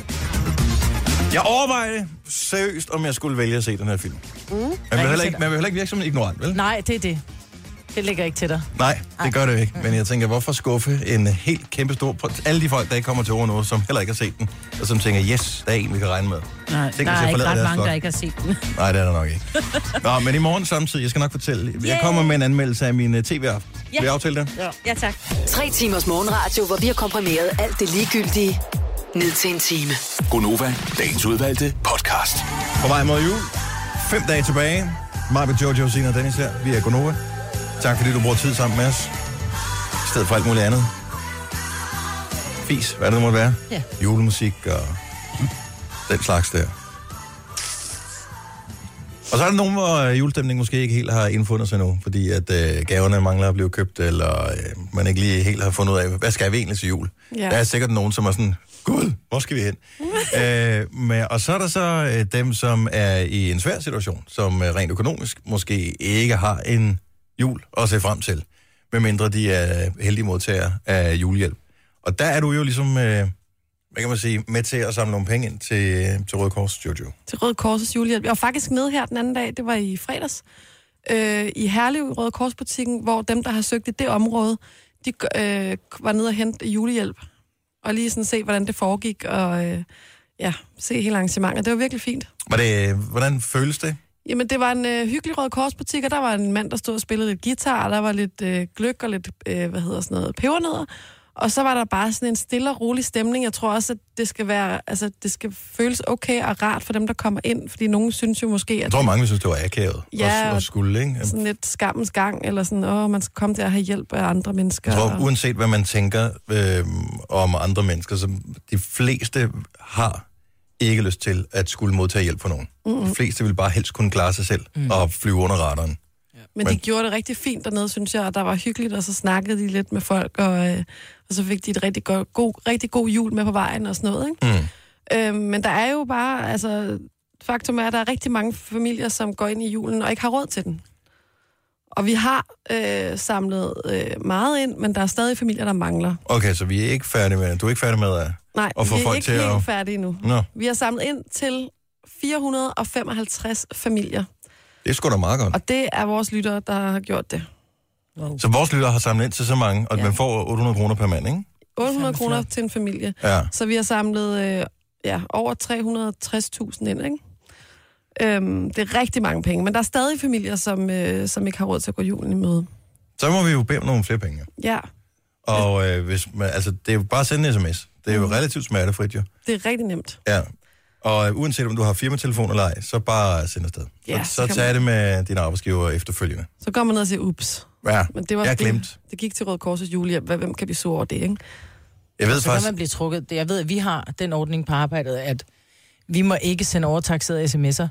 [SPEAKER 1] Jeg overvejede seriøst, om jeg skulle vælge at se den her film. Mm. Man, vil heller ikke, man vil heller ikke virke som en ignorant, vel?
[SPEAKER 2] Nej, det er det. Det ligger ikke til dig.
[SPEAKER 1] Nej, det gør det jo ikke. Men jeg tænker, hvorfor skuffe en helt kæmpe stor... Alle de folk, der ikke kommer til ord nu, som heller ikke har set den, og som tænker, yes, der er en, vi kan regne med.
[SPEAKER 3] Nej,
[SPEAKER 1] Tænk, hvis
[SPEAKER 3] der
[SPEAKER 1] jeg
[SPEAKER 3] er ikke
[SPEAKER 1] forlader
[SPEAKER 3] ret
[SPEAKER 1] deres
[SPEAKER 3] mange,
[SPEAKER 1] flok.
[SPEAKER 3] der ikke har set den.
[SPEAKER 1] *laughs* Nej, det er der nok ikke. Nå, men i morgen samtidig, jeg skal nok fortælle. Jeg kommer med en anmeldelse af min uh, tv-aften. Vil jeg aftale det?
[SPEAKER 3] Ja, tak.
[SPEAKER 6] Tre timers morgenradio, hvor vi har komprimeret alt det ligegyldige ned til en time.
[SPEAKER 7] Gonova, dagens udvalgte podcast.
[SPEAKER 1] På vej mod jul. Fem dage tilbage. Margot, Jojo, Sina og Dennis her. Vi er Gonova. Tak fordi du bruger tid sammen med os. I stedet for alt muligt andet. Fis, hvad det nu måtte være.
[SPEAKER 2] Ja.
[SPEAKER 1] Julemusik og den slags der. Og så er der nogen, hvor øh, julestemningen måske ikke helt har indfundet sig nu, fordi at øh, gaverne mangler at blive købt, eller øh, man ikke lige helt har fundet ud af, hvad skal vi egentlig til jul?
[SPEAKER 4] Ja.
[SPEAKER 1] Der er sikkert nogen, som er sådan, gud, hvor skal vi hen? øh, men, og så er der så øh, dem, som er i en svær situation, som øh, rent økonomisk måske ikke har en jul at se frem til, medmindre de er heldige modtagere af julehjælp. Og der er du jo ligesom, øh, hvad kan man sige, med til at samle nogle penge ind til, til Røde Kors Jojo.
[SPEAKER 4] til Røde Korsets julehjælp. Jeg var faktisk nede her den anden dag, det var i fredags, øh, i Herlev Røde Korsbutikken, hvor dem, der har søgt i det område, de øh, var nede og hente julehjælp. Og lige sådan se, hvordan det foregik, og øh, ja, se hele arrangementet. Det var virkelig fint.
[SPEAKER 1] Var det, hvordan føles det?
[SPEAKER 4] Jamen, det var en øh, hyggelig Røde Korsbutik, og der var en mand, der stod og spillede lidt guitar, og der var lidt øh, gløk og lidt, øh, hvad hedder sådan noget, pebernødder. Og så var der bare sådan en stille og rolig stemning. Jeg tror også, at det skal, være, altså, det skal føles okay og rart for dem, der kommer ind, fordi nogen synes jo måske,
[SPEAKER 1] Jeg
[SPEAKER 4] at
[SPEAKER 1] tror, mange synes, det var akavet.
[SPEAKER 4] Ja,
[SPEAKER 1] og, og
[SPEAKER 4] og-
[SPEAKER 1] skulle, ikke? Jeg
[SPEAKER 4] sådan lidt skammens gang, eller sådan, åh, man skal komme der og have hjælp af andre mennesker.
[SPEAKER 1] tror,
[SPEAKER 4] og-
[SPEAKER 1] uanset hvad man tænker øh, om andre mennesker, så de fleste har ikke lyst til at skulle modtage hjælp fra nogen. Mm-hmm. De fleste vil bare helst kunne klare sig selv mm. og flyve under radaren.
[SPEAKER 4] Men de gjorde det rigtig fint dernede, synes jeg, og der var hyggeligt, og så snakkede de lidt med folk, og, øh, og så fik de et rigtig, go- god, rigtig god jul med på vejen og sådan noget. Ikke? Mm. Øh, men der er jo bare, altså, faktum er, at der er rigtig mange familier, som går ind i julen og ikke har råd til den. Og vi har øh, samlet øh, meget ind, men der er stadig familier, der mangler.
[SPEAKER 1] Okay, så vi er ikke færdige med Du er ikke færdig med at...
[SPEAKER 4] Nej,
[SPEAKER 1] Og få
[SPEAKER 4] vi er
[SPEAKER 1] folk
[SPEAKER 4] ikke
[SPEAKER 1] til
[SPEAKER 4] helt
[SPEAKER 1] at-
[SPEAKER 4] færdige nu.
[SPEAKER 1] Nå,
[SPEAKER 4] Vi har samlet ind til 455 familier,
[SPEAKER 1] det er sgu da meget godt.
[SPEAKER 4] og det er vores lyttere, der har gjort det.
[SPEAKER 1] Så vores lytter har samlet ind til så mange, og ja.
[SPEAKER 4] Ja.
[SPEAKER 1] man får 800 kroner per mand, ikke?
[SPEAKER 4] 800
[SPEAKER 2] Fandme
[SPEAKER 4] kroner
[SPEAKER 2] flot.
[SPEAKER 4] til en familie.
[SPEAKER 1] Ja.
[SPEAKER 4] Så vi har samlet øh, ja, over 360.000 ind, ikke? Øhm, det er rigtig mange penge, men der er stadig familier, som, øh, som ikke har råd til at gå julen i møde.
[SPEAKER 1] Så må vi jo bede om nogle flere penge.
[SPEAKER 4] Ja,
[SPEAKER 1] Og øh, hvis man, altså, det er jo bare at sende en sms. Det er jo
[SPEAKER 4] Mm.
[SPEAKER 1] relativt smertefrit, jo.
[SPEAKER 4] det er rigtig nemt.
[SPEAKER 1] Ja. Og øh, uanset om du har firmatelefon eller ej, så bare send afsted.
[SPEAKER 4] Ja,
[SPEAKER 1] så,
[SPEAKER 4] så
[SPEAKER 1] så
[SPEAKER 4] kan
[SPEAKER 1] tag
[SPEAKER 4] man-
[SPEAKER 1] det med dine arbejdsgiver efterfølgende.
[SPEAKER 4] Så går man ned og siger, ups.
[SPEAKER 1] Ja,
[SPEAKER 4] Men det var
[SPEAKER 1] jeg glemte.
[SPEAKER 4] Det, det gik til Røde Korsets julehjælp. Hvad- Hvem kan vi sure over det, ikke?
[SPEAKER 1] Jeg ved
[SPEAKER 2] Så kan
[SPEAKER 1] faktisk...
[SPEAKER 2] man blive trukket. Jeg ved, at vi har den ordning på arbejdet, at vi må ikke sende overtaxerede sms'er,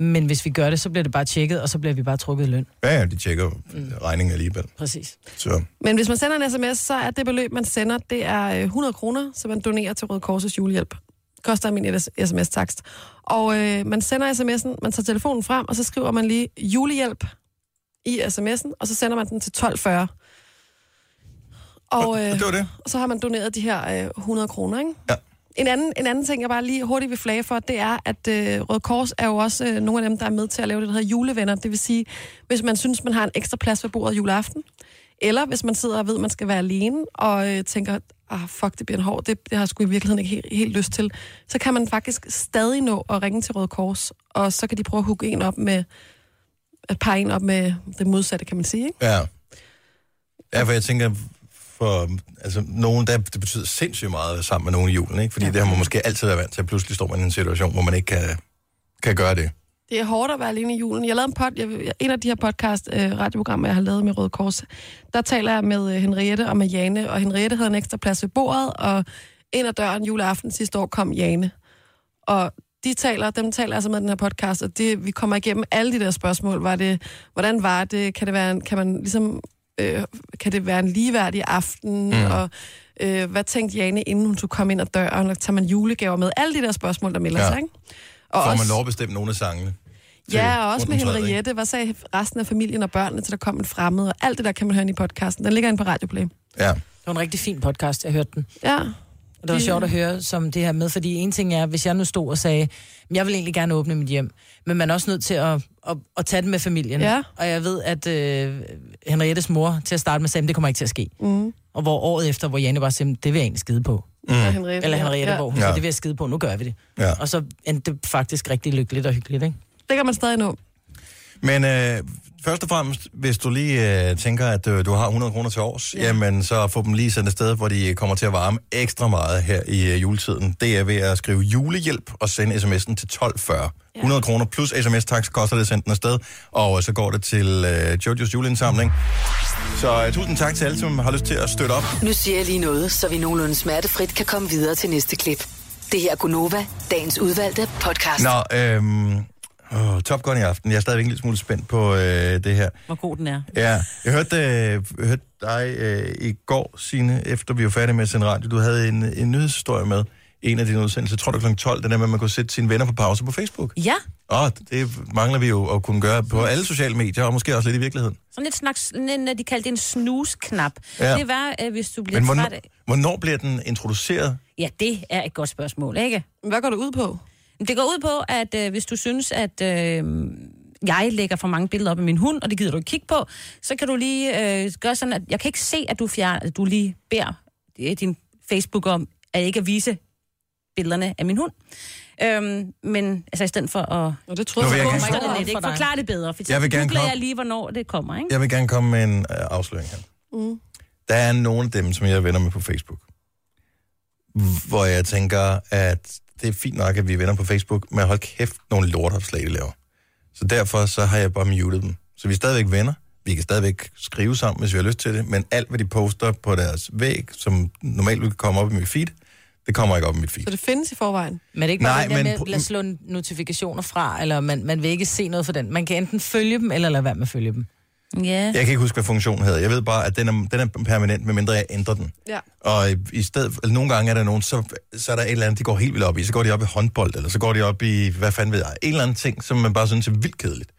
[SPEAKER 2] men hvis vi gør det, så bliver det bare tjekket, og så bliver vi bare trukket i løn.
[SPEAKER 1] Ja, ja, de tjekker mm. regningen alligevel.
[SPEAKER 2] Præcis.
[SPEAKER 1] Så,
[SPEAKER 4] Men hvis man sender en sms, så er det beløb, man sender, det er øh, 100 kroner, som man donerer til Røde Korsets julehjælp. Det koster min sms-takst. Og øh, man sender sms'en, man tager telefonen frem, og så skriver man lige julehjælp i sms'en, og så sender man den til 1240. Og,
[SPEAKER 1] og
[SPEAKER 4] øh,
[SPEAKER 1] det var det.
[SPEAKER 4] så har man doneret de her øh, 100 kroner, ikke?
[SPEAKER 1] Ja.
[SPEAKER 4] En anden, en anden ting, jeg bare lige hurtigt vil flage for, det er, at øh, Røde Kors er jo også øh, nogle af dem, der er med til at lave det, der hedder julevenner. Det vil sige, hvis man synes, man har en ekstra plads ved bordet juleaften, eller hvis man sidder og ved, man skal være alene, og øh, tænker, ah, fuck, det bliver en hård, det, det har jeg sgu i virkeligheden ikke helt, helt lyst til, så kan man faktisk stadig nå at ringe til Røde Kors, og så kan de prøve at hugge en op med, at pege en op med det modsatte, kan man sige, ikke?
[SPEAKER 1] Ja. Ja, for jeg tænker, for altså, nogen, der, det betyder sindssygt meget sammen med nogen i julen, ikke? Fordi ja. det har man måske altid været vant til, at pludselig står man i en situation, hvor man ikke kan, kan gøre det.
[SPEAKER 4] Det er hårdt at være alene i julen. Jeg lavede en pod, jeg, en af de her podcast øh, radioprogrammer, jeg har lavet med Røde Kors. Der taler jeg med øh, Henriette og med Jane, og Henriette havde en ekstra plads ved bordet, og ind ad døren juleaften sidste år kom Jane. Og de taler, dem taler altså med i den her podcast, og det, vi kommer igennem alle de der spørgsmål. Var det, hvordan var det? Kan det være en, kan man ligesom, øh, kan det være en ligeværdig aften? Mm. Og øh, hvad tænkte Jane, inden hun skulle komme ind ad døren? Og tager man julegaver med? Alle de der spørgsmål, der melder
[SPEAKER 1] Ja.
[SPEAKER 4] ja. sig, ikke? Og
[SPEAKER 1] Får man
[SPEAKER 4] også-
[SPEAKER 1] lov at bestemme nogle af sangene? til
[SPEAKER 4] Ja, og også
[SPEAKER 1] rundt
[SPEAKER 4] med
[SPEAKER 1] om træet, ikke?
[SPEAKER 4] Henriette. Hvad sagde resten af familien og børnene, til der kom en fremmed? Og alt det der kan man høre inde i podcasten. Den ligger inde på Radioplay.
[SPEAKER 1] Ja.
[SPEAKER 2] Det var en rigtig fin podcast, jeg hørte den.
[SPEAKER 4] Ja,
[SPEAKER 1] Mm.
[SPEAKER 2] Og det var sjovt at høre som det her med, fordi en ting er, hvis jeg nu stod og sagde, "Men jeg vil egentlig gerne åbne mit hjem, men man er også nødt til at, at, at tage det med familien.
[SPEAKER 4] Ja.
[SPEAKER 2] Og jeg ved, at øh, Henriettes mor til at starte med sagde, "Men det kommer ikke til at ske. Mm. Og hvor året efter, hvor Janne bare sagde, "Men det vil jeg egentlig skide på.
[SPEAKER 4] mm. og Henriette.
[SPEAKER 2] Eller Henriette,
[SPEAKER 4] ja.
[SPEAKER 2] hvor hun
[SPEAKER 1] Ja.
[SPEAKER 2] ja. det vil jeg skide på, nu gør vi det.
[SPEAKER 1] Ja.
[SPEAKER 2] Og så endte det faktisk rigtig lykkeligt og hyggeligt, ikke?
[SPEAKER 4] Det kan man stadig nå.
[SPEAKER 1] Men øh, først og fremmest, hvis du lige øh, tænker, at øh, du har 100 kroner til års, ja. jamen så få dem lige sendt afsted, hvor de kommer til at varme ekstra meget her i øh, juletiden. Det er ved at skrive julehjælp og sende sms'en til 1240. Ja. 100 kroner plus sms-tax koster det sendt den afsted, og øh, så går det til øh, Jojos juleindsamling. Så øh, tusind tak til alle, som har lyst til at støtte op.
[SPEAKER 6] Nu siger jeg lige noget, så vi nogenlunde smertefrit kan komme videre til næste klip. Det her er Gunova, dagens udvalgte podcast.
[SPEAKER 1] Nå, øhm, Åh, Top Gun i aften. Jeg er stadigvæk en lille smule spændt på øh, det her.
[SPEAKER 3] Hvor god den er.
[SPEAKER 1] Ja, jeg hørte, øh, hørte dig øh, i går, Signe, efter vi var færdige med at sende radio. Du havde en, en nyhedshistorie med i en af dine udsendelser, jeg tror du kl. 12, den der med, at man kunne sætte sine venner på pause på Facebook.
[SPEAKER 3] Ja,
[SPEAKER 1] Åh, det mangler vi jo at kunne gøre på alle sociale medier, og måske også lidt i virkeligheden.
[SPEAKER 3] sådan et slags, en, øh, de kaldte det en snooze-knap.
[SPEAKER 1] Ja.
[SPEAKER 3] Ja. Det var, øh, hvis du bliver
[SPEAKER 1] Men
[SPEAKER 3] træt
[SPEAKER 1] hvornår,
[SPEAKER 3] af...
[SPEAKER 1] hvornår bliver den introduceret?
[SPEAKER 3] Ja, det er et godt spørgsmål, ikke?
[SPEAKER 4] Hvad går det ud på?
[SPEAKER 3] Det går ud på, at øh, hvis du synes, at øh, jeg lægger for mange billeder op af min hund, og det gider du ikke kigge på, så kan du lige øh, gøre sådan, at jeg kan ikke se, at du, fjer, du lige beder øh, din Facebook om, at ikke at vise billederne af min hund. Øhm, men altså i stedet for at
[SPEAKER 4] Nå, det
[SPEAKER 1] Nå,
[SPEAKER 4] troede
[SPEAKER 1] vil jeg
[SPEAKER 4] jeg
[SPEAKER 1] gerne-
[SPEAKER 4] ikke.
[SPEAKER 3] forstå det lidt, ikke?
[SPEAKER 2] for dig.
[SPEAKER 3] Forklare det bedre, for
[SPEAKER 1] Jeg vil
[SPEAKER 3] så
[SPEAKER 1] gerne
[SPEAKER 3] googler
[SPEAKER 1] komme-
[SPEAKER 3] jeg lige, hvornår det kommer, ikke?
[SPEAKER 1] Jeg vil gerne komme med en øh, afsløring her.
[SPEAKER 4] Mm.
[SPEAKER 1] Der er nogle af dem, som jeg er venner med på Facebook, hvor jeg tænker, at det er fint nok, at vi er venner på Facebook, men hold kæft, nogle lortopslag, de laver. Så derfor så har jeg bare muted dem. Så vi er stadigvæk venner. Vi kan stadigvæk skrive sammen, hvis vi har lyst til det, men alt, hvad de poster på deres væg, som normalt vil komme op i mit feed, det kommer ikke op i mit feed.
[SPEAKER 4] Så det findes i forvejen.
[SPEAKER 2] Men det er ikke bare
[SPEAKER 1] Nej,
[SPEAKER 2] Nej, det der
[SPEAKER 1] men
[SPEAKER 2] med
[SPEAKER 1] pro-
[SPEAKER 2] at lade slå notifikationer fra, eller man, man vil ikke se noget for den. Man kan enten følge dem, eller lade være med at følge dem.
[SPEAKER 3] Ja.
[SPEAKER 1] Jeg kan ikke huske, hvad funktionen hedder. Jeg ved bare, at den er, den er permanent, medmindre jeg ændrer den.
[SPEAKER 4] Ja.
[SPEAKER 1] Og i- i stedet, altså nogle gange er der nogen, så, så er der et eller andet, de går helt vildt op i. Så går de op i håndbold, eller så går de op i, hvad fanden ved jeg, en eller anden ting, som man bare synes er vildt kedeligt.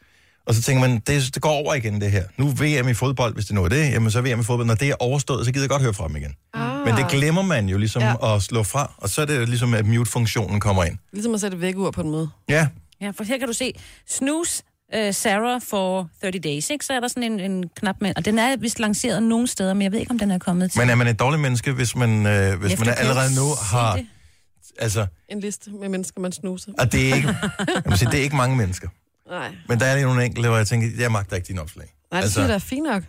[SPEAKER 1] Og så tænker man, det, det går over igen det her. Nu er VM i fodbold, hvis det nu er det, jamen så er VM i fodbold. Når det er overstået, så gider jeg godt høre fra dem igen.
[SPEAKER 4] Ah.
[SPEAKER 1] Men det glemmer man jo ligesom
[SPEAKER 4] Ja.
[SPEAKER 1] at slå fra, og så er det jo ligesom, at mute-funktionen kommer ind.
[SPEAKER 4] Ligesom at sætte vækkeur på en måde.
[SPEAKER 1] Ja,
[SPEAKER 3] Ja, for her kan du se Snooze uh, Sarah for 30 Days, ikke? Så er der sådan en, en knap med, og den er vist lanceret nogle steder, men jeg ved ikke, om den er kommet til.
[SPEAKER 1] men er man et dårligt menneske, hvis man, øh, hvis man
[SPEAKER 3] Efter-
[SPEAKER 1] allerede nu har...
[SPEAKER 3] Se det.
[SPEAKER 1] Altså,
[SPEAKER 4] En liste med mennesker, man snuser.
[SPEAKER 1] og det er ikke, jeg må sige, det er ikke mange mennesker.
[SPEAKER 4] Nej,
[SPEAKER 1] Men der er lige nogle enkelte, hvor jeg tænker, jeg magter ikke dine opslag.
[SPEAKER 4] Nej det
[SPEAKER 1] Altså-
[SPEAKER 4] altså... synes jeg, der er fint nok.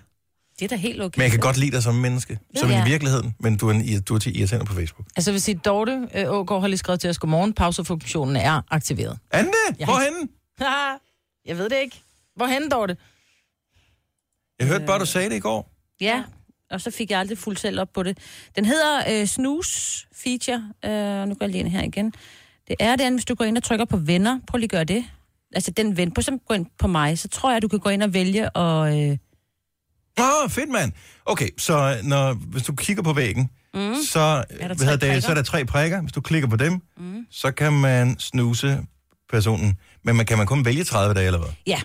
[SPEAKER 3] Det er da helt okay.
[SPEAKER 1] Men jeg kan godt lide dig som menneske,
[SPEAKER 3] Ja,
[SPEAKER 1] som i
[SPEAKER 3] ja.
[SPEAKER 1] virkeligheden, men du er, en, ir- du er til irriterende på Facebook.
[SPEAKER 2] Altså, jeg vil sige, Dorte øh, Ågaard har lige skrevet til os, godmorgen, pausefunktionen er aktiveret.
[SPEAKER 1] Anne,
[SPEAKER 2] Jeg-
[SPEAKER 1] hvorhenne?
[SPEAKER 2] Haha, jeg ved det ikke. Hvorhen, Dorte?
[SPEAKER 1] Jeg
[SPEAKER 3] Øh.
[SPEAKER 1] hørte bare, du sagde det i går.
[SPEAKER 3] Ja, og så fik jeg aldrig fuldt selv op på det. Den hedder øh, Snooze Feature. Øh, nu går jeg lige ind her igen. Det er den, hvis du går ind og trykker på venner. Prøv lige at gøre det. Altså den ven. Prøv så gå ind på mig. Så tror jeg, du kan gå ind og vælge og... Øh,
[SPEAKER 1] Åh, oh, fedt mand. Okay, så når, hvis du kigger på væggen, mm. så, er
[SPEAKER 3] Er der
[SPEAKER 1] der
[SPEAKER 3] tre
[SPEAKER 1] hvad det, så
[SPEAKER 3] prikker?
[SPEAKER 1] er der tre prikker. Hvis du klikker på dem, mm. så kan man snuse personen. Men man, kan man kun vælge 30 dage eller hvad?
[SPEAKER 3] ja,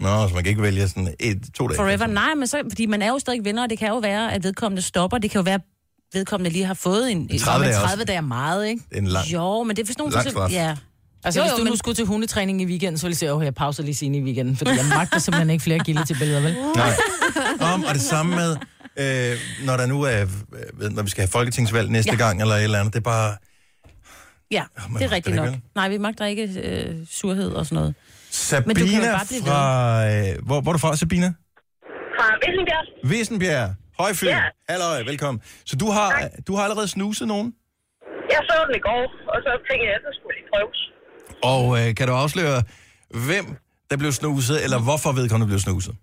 [SPEAKER 1] Nå, så man kan ikke vælge sådan et, to dage.
[SPEAKER 3] forever. Nej, men så, fordi man er jo stadig venner, og det kan jo være, at vedkommende stopper. Det kan jo være, at vedkommende lige har fået en...
[SPEAKER 1] 30 dage er også
[SPEAKER 2] 30 dage er meget, ikke?
[SPEAKER 1] en lang.
[SPEAKER 3] Jo, men det er for sådan nogle...
[SPEAKER 1] Lang
[SPEAKER 3] for
[SPEAKER 1] straf.
[SPEAKER 3] eksempel- Ja.
[SPEAKER 2] Altså,
[SPEAKER 3] Jo,
[SPEAKER 2] jo, hvis
[SPEAKER 3] jo,
[SPEAKER 2] du
[SPEAKER 3] men-
[SPEAKER 2] nu skulle til hundetræning i weekenden, så ville jeg sige, at jeg pauser lige sine i weekenden, fordi jeg magter simpelthen ikke flere gilde til billeder, vel?
[SPEAKER 1] Nej. Om, og det samme med, øh, når der nu er, øh, ved, når vi skal have folketingsvalg næste ja.
[SPEAKER 3] Ja.
[SPEAKER 1] gang eller et eller andet, det er bare...
[SPEAKER 3] Ja,
[SPEAKER 1] man
[SPEAKER 3] det
[SPEAKER 1] magter
[SPEAKER 3] er rigtigt
[SPEAKER 1] det
[SPEAKER 3] nok.
[SPEAKER 1] ikke, vel?
[SPEAKER 3] Nej, vi magter ikke øh, surhed og sådan noget.
[SPEAKER 1] Sabina
[SPEAKER 3] Men du kan jo bare blive
[SPEAKER 1] fra... Øh, hvor, hvor er du fra, Sabina?
[SPEAKER 10] fra Vissenbjerg.
[SPEAKER 1] Vissenbjerg. Højfyn.
[SPEAKER 10] Ja.
[SPEAKER 1] Halløj, velkommen. Så du har, du har allerede snuset nogen?
[SPEAKER 10] Jeg så den i går, og så tænkte jeg, at den skulle lige prøves.
[SPEAKER 1] Og øh, kan du afsløre, hvem der blev snuset, eller hvorfor vedkommende blev snuset?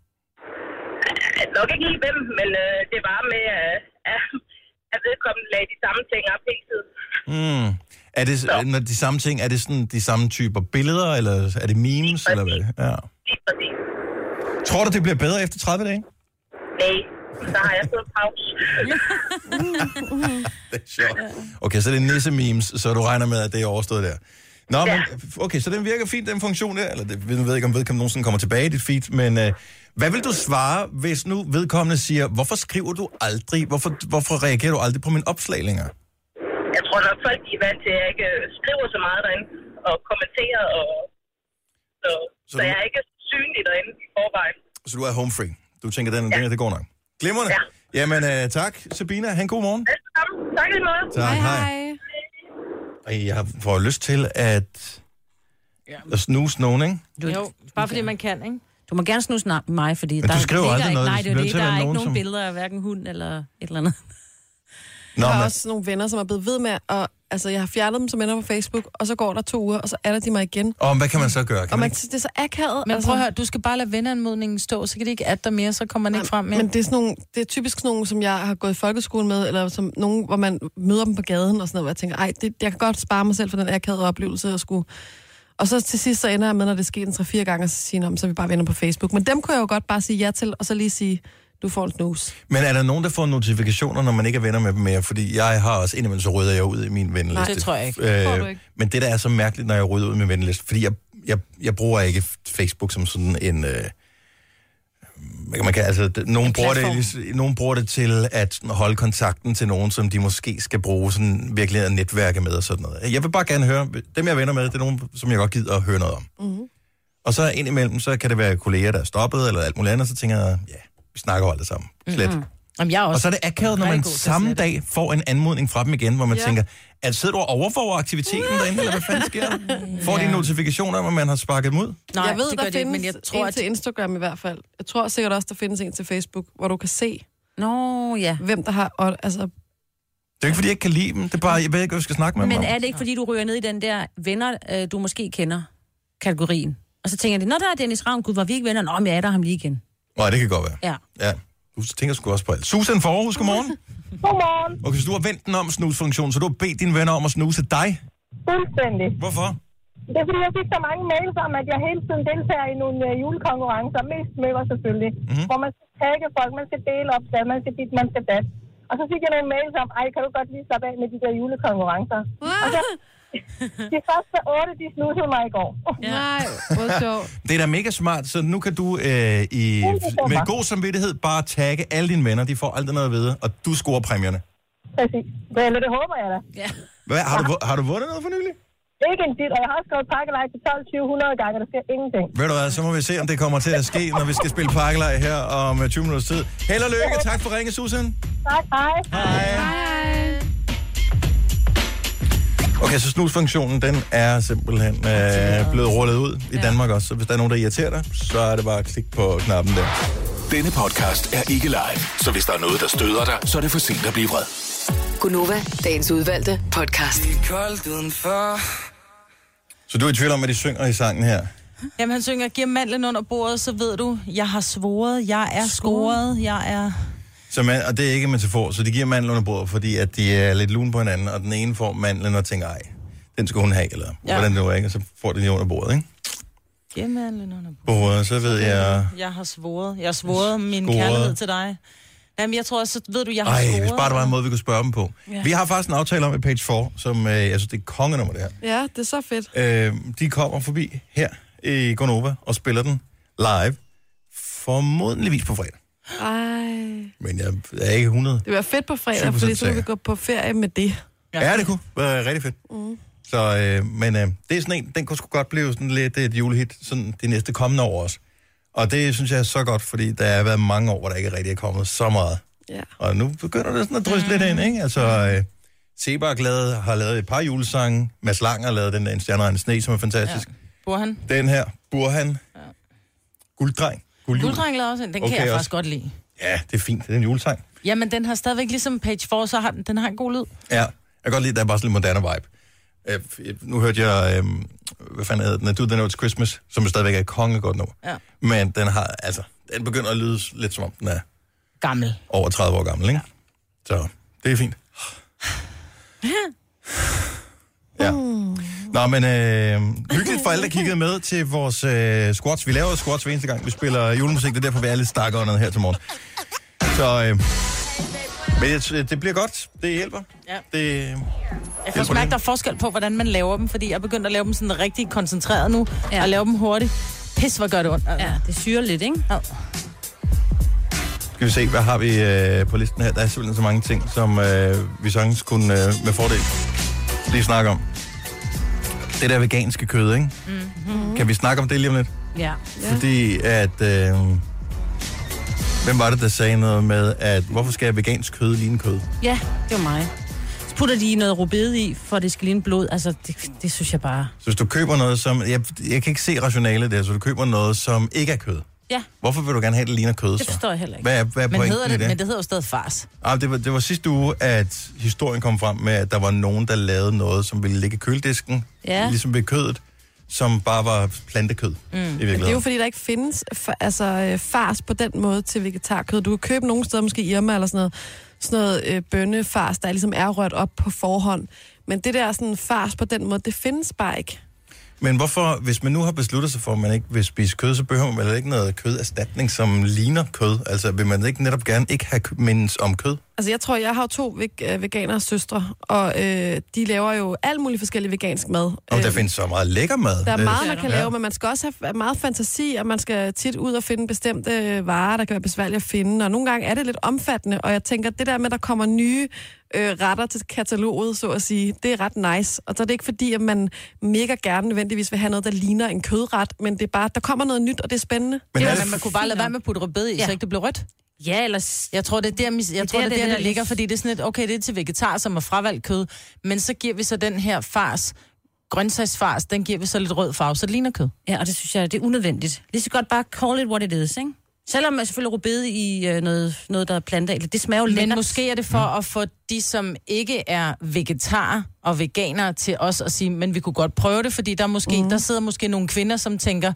[SPEAKER 10] Øh, Nok ikke lige hvem, men øh, det var med, øh, at- at vedkommende lagde de samme ting op hele tiden.
[SPEAKER 1] Mm. Er det
[SPEAKER 10] Nå.
[SPEAKER 1] når de samme ting, er det sådan de samme typer billeder, eller er det memes, eller hvad? Ja.
[SPEAKER 10] Lige præcis.
[SPEAKER 1] Tror du, det bliver bedre efter 30 dage?
[SPEAKER 10] Nej, så har jeg fået pause.
[SPEAKER 1] Det er sjovt. Okay, så det er nisse-memes, så du regner med, at det er overstået der. Nå, ja.
[SPEAKER 10] Ja.
[SPEAKER 1] men okay, så den virker fint, den funktion der. Eller det, ved- jeg ved ikke, om vedkommende nogensinde kommer tilbage i dit feed, men øh, hvad vil du svare, hvis nu vedkommende siger, hvorfor skriver du aldrig, hvorfor, hvorfor reagerer du aldrig på min opslag længere?
[SPEAKER 10] Jeg tror nok, folk de er vant til, at jeg ikke øh, skriver så meget derinde og kommenterer. Og, så, så, så
[SPEAKER 1] du-
[SPEAKER 10] jeg er ikke synlig derinde i forvejen.
[SPEAKER 1] Så du er home free. Du tænker, den, ja. den her, det går nok. Glimrende. Ja.
[SPEAKER 10] Ja.
[SPEAKER 1] Jamen, øh, tak, Sabina. Han god morgen.
[SPEAKER 10] Velkommen. Tak i lige måde.
[SPEAKER 1] Tak, Ej, Jeg får lyst til at, at snuse nogen, ikke?
[SPEAKER 3] Du,
[SPEAKER 2] Jo, bare fordi man kan, ikke?
[SPEAKER 3] Du må gerne snuse na- mig, fordi
[SPEAKER 1] du
[SPEAKER 3] der
[SPEAKER 1] skriver
[SPEAKER 3] ligger
[SPEAKER 1] aldrig
[SPEAKER 3] ikke,
[SPEAKER 1] noget,
[SPEAKER 3] Nej,
[SPEAKER 1] hvis
[SPEAKER 3] det er
[SPEAKER 1] det
[SPEAKER 3] jo
[SPEAKER 1] bliver
[SPEAKER 3] det.
[SPEAKER 1] til at
[SPEAKER 3] Der
[SPEAKER 1] være
[SPEAKER 3] er ikke
[SPEAKER 1] nogen,
[SPEAKER 3] nogen
[SPEAKER 1] som-
[SPEAKER 3] billeder af hverken hund eller et eller andet.
[SPEAKER 1] Nå,
[SPEAKER 4] Jeg har
[SPEAKER 1] men,
[SPEAKER 4] også nogle venner, som er blevet ved med, og altså, jeg har fjernet dem som venner på Facebook, og så går der to uger, og så er de mig igen.
[SPEAKER 1] og hvad kan man så gøre? Kan man
[SPEAKER 4] Og man,
[SPEAKER 1] ikke?
[SPEAKER 4] det er så akavet. altså,
[SPEAKER 2] Men prøv at høre, du skal bare lade venneanmodningen stå, så kan de ikke adde dig mere, så kommer man ikke frem mere.
[SPEAKER 4] Men det er, sådan nogle, det er typisk sådan nogle, som jeg har gået i folkeskolen med, eller som nogen, hvor man møder dem på gaden og sådan noget, hvor jeg tænker, ej, det, jeg kan godt spare mig selv for den akavede oplevelse at skulle Og så til sidst så ender jeg med, når det sker en 3-4 gange, så siger jeg, "Nå, men så er vi bare venner på Facebook. Men dem kunne jeg jo godt bare sige ja til, og så lige sige, du får en snus.
[SPEAKER 1] Men er der nogen, der får notifikationer, når man ikke er venner med dem mere? Fordi jeg har også, indimellem så rydder jeg ud i min venliste.
[SPEAKER 4] Nej, det tror jeg ikke.
[SPEAKER 1] Øh,
[SPEAKER 4] Tror du ikke?
[SPEAKER 1] Men det, der er så mærkeligt, når jeg rydder ud i min venliste, fordi jeg, jeg, jeg bruger ikke Facebook som sådan en... Øh, hvad kan man kan, altså, d- nogen, bruger det, lis- nogen bruger det til at sådan holde kontakten til nogen, som de måske skal bruge sådan virkelig at netværke med og sådan noget. Jeg vil bare gerne høre, dem jeg er venner med, det er nogen, som jeg godt gider at høre noget om.
[SPEAKER 4] Mm-hmm.
[SPEAKER 1] Og så indimellem, så kan det være kolleger, der er stoppet, eller alt muligt andet, så tænker jeg, ja, vi snakker jo aldrig sammen. Slet. Mm-hmm.
[SPEAKER 2] Jamen, jeg er også
[SPEAKER 1] Og så er det akavet, når man
[SPEAKER 2] rigtig god til at
[SPEAKER 1] samme
[SPEAKER 2] slette.
[SPEAKER 1] dag får en anmodning fra dem igen, hvor man
[SPEAKER 2] Ja.
[SPEAKER 1] ja. tænker, at sidder du og overvåger aktiviteten derinde, eller hvad fanden sker der? *laughs* Får de en notifikation om, at man har sparket dem ud?
[SPEAKER 2] Nej,
[SPEAKER 4] jeg ved,
[SPEAKER 2] det
[SPEAKER 4] der
[SPEAKER 2] gør de
[SPEAKER 4] findes
[SPEAKER 2] ikke, men jeg tror,
[SPEAKER 4] en
[SPEAKER 2] at-
[SPEAKER 4] til Instagram i hvert fald. Jeg tror sikkert også, der findes en til Facebook, hvor du kan se,
[SPEAKER 3] Nå, ja.
[SPEAKER 4] hvem der har... Og, altså,
[SPEAKER 1] Det er jo ikke, fordi jeg ikke kan lide dem. Det er bare, jeg ved ikke, hvad jeg skal snakke med dem
[SPEAKER 3] Men
[SPEAKER 1] om.
[SPEAKER 3] er det ikke, fordi du ryger ned i den der venner, øh, du måske kender, kategorien? Og så tænker de, når der er Dennis Ravn, gud, var vi ikke venner? Nå, men jeg er der ham lige igen.
[SPEAKER 1] Nej, det kan godt være.
[SPEAKER 3] Ja.
[SPEAKER 1] Ja. Du tænker sgu også på alt. Susan for Aarhus, godmorgen.
[SPEAKER 11] Godmorgen.
[SPEAKER 1] Okay, så du har vendt den om snusfunktionen, så du har bedt dine venner om at snuse dig.
[SPEAKER 11] Fuldstændig.
[SPEAKER 1] Hvorfor?
[SPEAKER 11] Det er fordi, jeg fik så mange mails om, at jeg hele tiden deltager i nogle øh, julekonkurrencer, mest møller selvfølgelig, mm-hmm. hvor man skal tagge folk, man skal dele opslag, man skal dit, man skal dat. Og så fik jeg nogle mails om, ej, kan du godt lige slappe af med de der julekonkurrencer? Og så, *laughs* de første otte, de snusede mig i går.
[SPEAKER 4] Nej, hvor sjovt.
[SPEAKER 1] Det er da mega smart, så nu kan du øh, i, med god samvittighed bare tagge alle dine venner. De får aldrig noget at vide, og du scorer præmierne.
[SPEAKER 11] Præcis. Eller det håber jeg da.
[SPEAKER 3] Ja.
[SPEAKER 1] Hvad, har, du, vu- har du vundet noget for nylig?
[SPEAKER 11] Ikke en dit, og jeg har også gået pakkelej til 12, 20, 100 gange, og der sker ingenting.
[SPEAKER 1] Ved du hvad, så må vi se, om det kommer til at ske, når vi skal spille pakkelej her om øh, 20 minutters tid. Held og lykke. Tak for ringe, Susan.
[SPEAKER 11] Tak, hej.
[SPEAKER 1] Hej.
[SPEAKER 11] Hej.
[SPEAKER 1] Okay, så snusfunktionen, den er simpelthen øh, blevet rullet ud i Danmark også. Så hvis der er nogen, der irriterer dig, så er det bare at klikke på knappen der.
[SPEAKER 7] Denne podcast er ikke live, så hvis der er noget, der støder dig, så er det for sent at blive vred.
[SPEAKER 6] Gunova, dagens udvalgte podcast.
[SPEAKER 1] Så du er i tvivl om, hvad de synger i sangen her?
[SPEAKER 2] Jamen, han synger, giver mandlen under bordet, så ved du, jeg har svoret, jeg er scoret, jeg er...
[SPEAKER 1] Så man, og det er ikke en metafor, så de giver mandlen under bordet, fordi at de er lidt lune på hinanden, og den ene får mandlen og tænker, ej, den skal hun have, eller
[SPEAKER 2] Ja.
[SPEAKER 1] ja. hvordan det nu er, ikke? og så får de lige under bordet, ikke?
[SPEAKER 2] Giver mandlen under bordet.
[SPEAKER 1] På hovedet, så ved jeg...
[SPEAKER 2] Jeg har svoret. Jeg har svoret min
[SPEAKER 1] Scoret.
[SPEAKER 2] kærlighed til dig. Jamen, jeg tror også, så ved du, jeg har
[SPEAKER 1] Ej,
[SPEAKER 2] svoret.
[SPEAKER 1] hvis bare der var en måde, vi kunne spørge dem på.
[SPEAKER 2] Ja.
[SPEAKER 1] Ja. Vi har faktisk en aftale om i Page 4, som øh, jeg synes, det er kongenummer, det her.
[SPEAKER 4] *laughs* Ja, det er så fedt.
[SPEAKER 1] Øh, de kommer forbi her i Gonova og spiller den live, formodentligvis på fredag.
[SPEAKER 4] Ej.
[SPEAKER 1] Men jeg er ikke 100.
[SPEAKER 4] Det var fedt på fredag,
[SPEAKER 1] 7%
[SPEAKER 4] fordi så kan vi
[SPEAKER 1] sikker.
[SPEAKER 4] gå på ferie med det.
[SPEAKER 1] Ja, det kunne være rigtig fedt. Mm. Så, øh, men øh, det er sådan en, den kunne sgu godt blive sådan lidt et julehit sådan de næste kommende år også. Og det synes jeg er så godt, fordi der har været mange år, hvor der ikke rigtig er kommet så meget.
[SPEAKER 4] Ja.
[SPEAKER 1] Og nu begynder det sådan at drysse lidt ind, ikke? Altså, øh, Seba er glad, har lavet et par julesange. Mads Lang har lavet den der En stjerne og en sne, som er fantastisk.
[SPEAKER 2] Bor han?
[SPEAKER 1] Ja. Den her, Burhan. Ja. Gulddreng. Guldjul.
[SPEAKER 2] Gulddreng lavede også en. Den
[SPEAKER 1] Okay,
[SPEAKER 2] kan
[SPEAKER 1] også.
[SPEAKER 2] jeg faktisk godt lide.
[SPEAKER 1] Ja, det er fint. Det er en julesang.
[SPEAKER 2] Jamen, den har stadigvæk ligesom Page 4, så har den, den har en god lyd.
[SPEAKER 1] Ja, jeg kan godt lide, at der er bare sådan lidt moderne vibe. Øh, f- Nu hørte jeg, øh, hvad fanden hedder den, Do The Notes Christmas, som jo stadigvæk er et kongegodt nummer.
[SPEAKER 2] Ja.
[SPEAKER 1] Men den har, altså, den begynder at lyde lidt som om den er
[SPEAKER 2] Gammel.
[SPEAKER 1] over 30 år gammel, ikke? Ja. Så det er fint. Ja. Nå, men øh, hyggeligt for alle, der kiggede med til vores øh, squats. Vi laver jo squats hver eneste gang, vi spiller julemusik. Det er derfor, vi er lidt stakåndede her til morgen. Så, øh, men det, det bliver godt. Det hjælper.
[SPEAKER 2] Ja.
[SPEAKER 1] Det,
[SPEAKER 2] Jeg kan
[SPEAKER 1] Det er
[SPEAKER 2] også mærke,
[SPEAKER 1] problemet.
[SPEAKER 2] der er forskel på, hvordan man laver dem, fordi jeg er begyndt at lave dem sådan rigtig koncentreret nu, ja. og lave dem hurtigt. Pis, hvor gør det ondt. altså. Ja,
[SPEAKER 3] det syrer lidt, ikke?
[SPEAKER 2] Ja.
[SPEAKER 1] Skal vi se, hvad har vi øh, på listen her? Der er simpelthen så mange ting, som øh, vi sagtens kunne øh, med fordel lige snakke om. Det der veganske kød, ikke?
[SPEAKER 3] Mm-hmm.
[SPEAKER 1] Kan vi snakke om det lige om lidt?
[SPEAKER 3] Ja.
[SPEAKER 1] Fordi at... Øh, hvem var det, der sagde noget med, at hvorfor skal vegansk kød ligne kød?
[SPEAKER 3] Ja, det var mig. Så putter de noget rubede i, for det skal ligne blod. Altså, det, det synes jeg bare...
[SPEAKER 1] Så hvis du køber noget, som... Jeg, jeg kan ikke se rationalet der, så du køber noget, som ikke er kød.
[SPEAKER 3] Ja,
[SPEAKER 1] Hvorfor vil du gerne have, at det ligner kød,
[SPEAKER 2] det
[SPEAKER 1] så?
[SPEAKER 2] forstår jeg heller ikke.
[SPEAKER 1] Hvad er, hvad er
[SPEAKER 2] men,
[SPEAKER 1] pointen
[SPEAKER 2] hedder det,
[SPEAKER 1] i det?
[SPEAKER 2] men det hedder jo stadig fars.
[SPEAKER 1] Ah, det, var, det var sidste uge, at historien kom frem med, at der var nogen, der lavede noget, som ville ligge i køledisken,
[SPEAKER 4] Ja.
[SPEAKER 1] ligesom ved kødet, som bare var plantekød mm. i virkeligheden.
[SPEAKER 4] Men det er jo fordi, der ikke findes fa- altså, øh, fars på den måde til vegetarkød. Du kan købe nogle steder, måske Irma eller sådan noget, sådan noget øh, bønnefars, der ligesom er rørt op på forhånd. Men det der sådan fars på den måde, det findes bare ikke.
[SPEAKER 1] Men hvorfor, hvis man nu har besluttet sig for, at man ikke vil spise kød, så behøver man vel ikke noget køderstatning, som ligner kød? Altså, vil man ikke netop gerne ikke have kø- mindes om kød?
[SPEAKER 4] Altså, jeg tror, jeg har jo to veg- øh, veganere søstre, og øh, de laver jo alt muligt forskellig vegansk mad.
[SPEAKER 1] Og der findes så meget lækker mad.
[SPEAKER 4] Øh. Der er
[SPEAKER 1] Øh,
[SPEAKER 4] meget, man kan lave, men man skal også have meget fantasi, og man skal tit ud og finde bestemte øh, varer, der kan være besværlige at finde. Og nogle gange er det lidt omfattende, og jeg tænker, det der med, at der kommer nye øh, retter til kataloget, så at sige, det er ret nice. Og så er det ikke fordi, at man mega gerne nødvendigvis vil have noget, der ligner en kødret, men det er bare, der kommer noget nyt, og det er spændende.
[SPEAKER 2] Men Eller er det- man kunne bare lade være med at putte rødbed i, så ikke det blev rødt.
[SPEAKER 3] Ja, ellers...
[SPEAKER 2] Jeg tror, det er der, mis- jeg
[SPEAKER 3] Det er
[SPEAKER 2] det tror,
[SPEAKER 3] der,
[SPEAKER 2] det, er
[SPEAKER 3] det
[SPEAKER 2] der,
[SPEAKER 3] er
[SPEAKER 2] der
[SPEAKER 3] der
[SPEAKER 2] ligger,
[SPEAKER 3] lidt-
[SPEAKER 2] fordi det er sådan lidt, okay, det er til vegetar, som er fravalgt kød, men så giver vi så den her fars, grøntsagsfars, den giver vi så lidt rød farve, så det ligner kød.
[SPEAKER 3] Ja, og det synes jeg, det er unødvendigt. Lige så godt bare call it what it is, ikke? Selvom jeg selvfølgelig rubede i øh, noget, noget, der er plantet, det smager jo
[SPEAKER 2] Men
[SPEAKER 3] lækkert.
[SPEAKER 2] måske er det for
[SPEAKER 1] Mm.
[SPEAKER 2] at få de, som ikke er vegetarer og veganere, til os at sige, men vi kunne godt prøve det, fordi der, måske, mm. der sidder måske nogle kvinder, som tænker,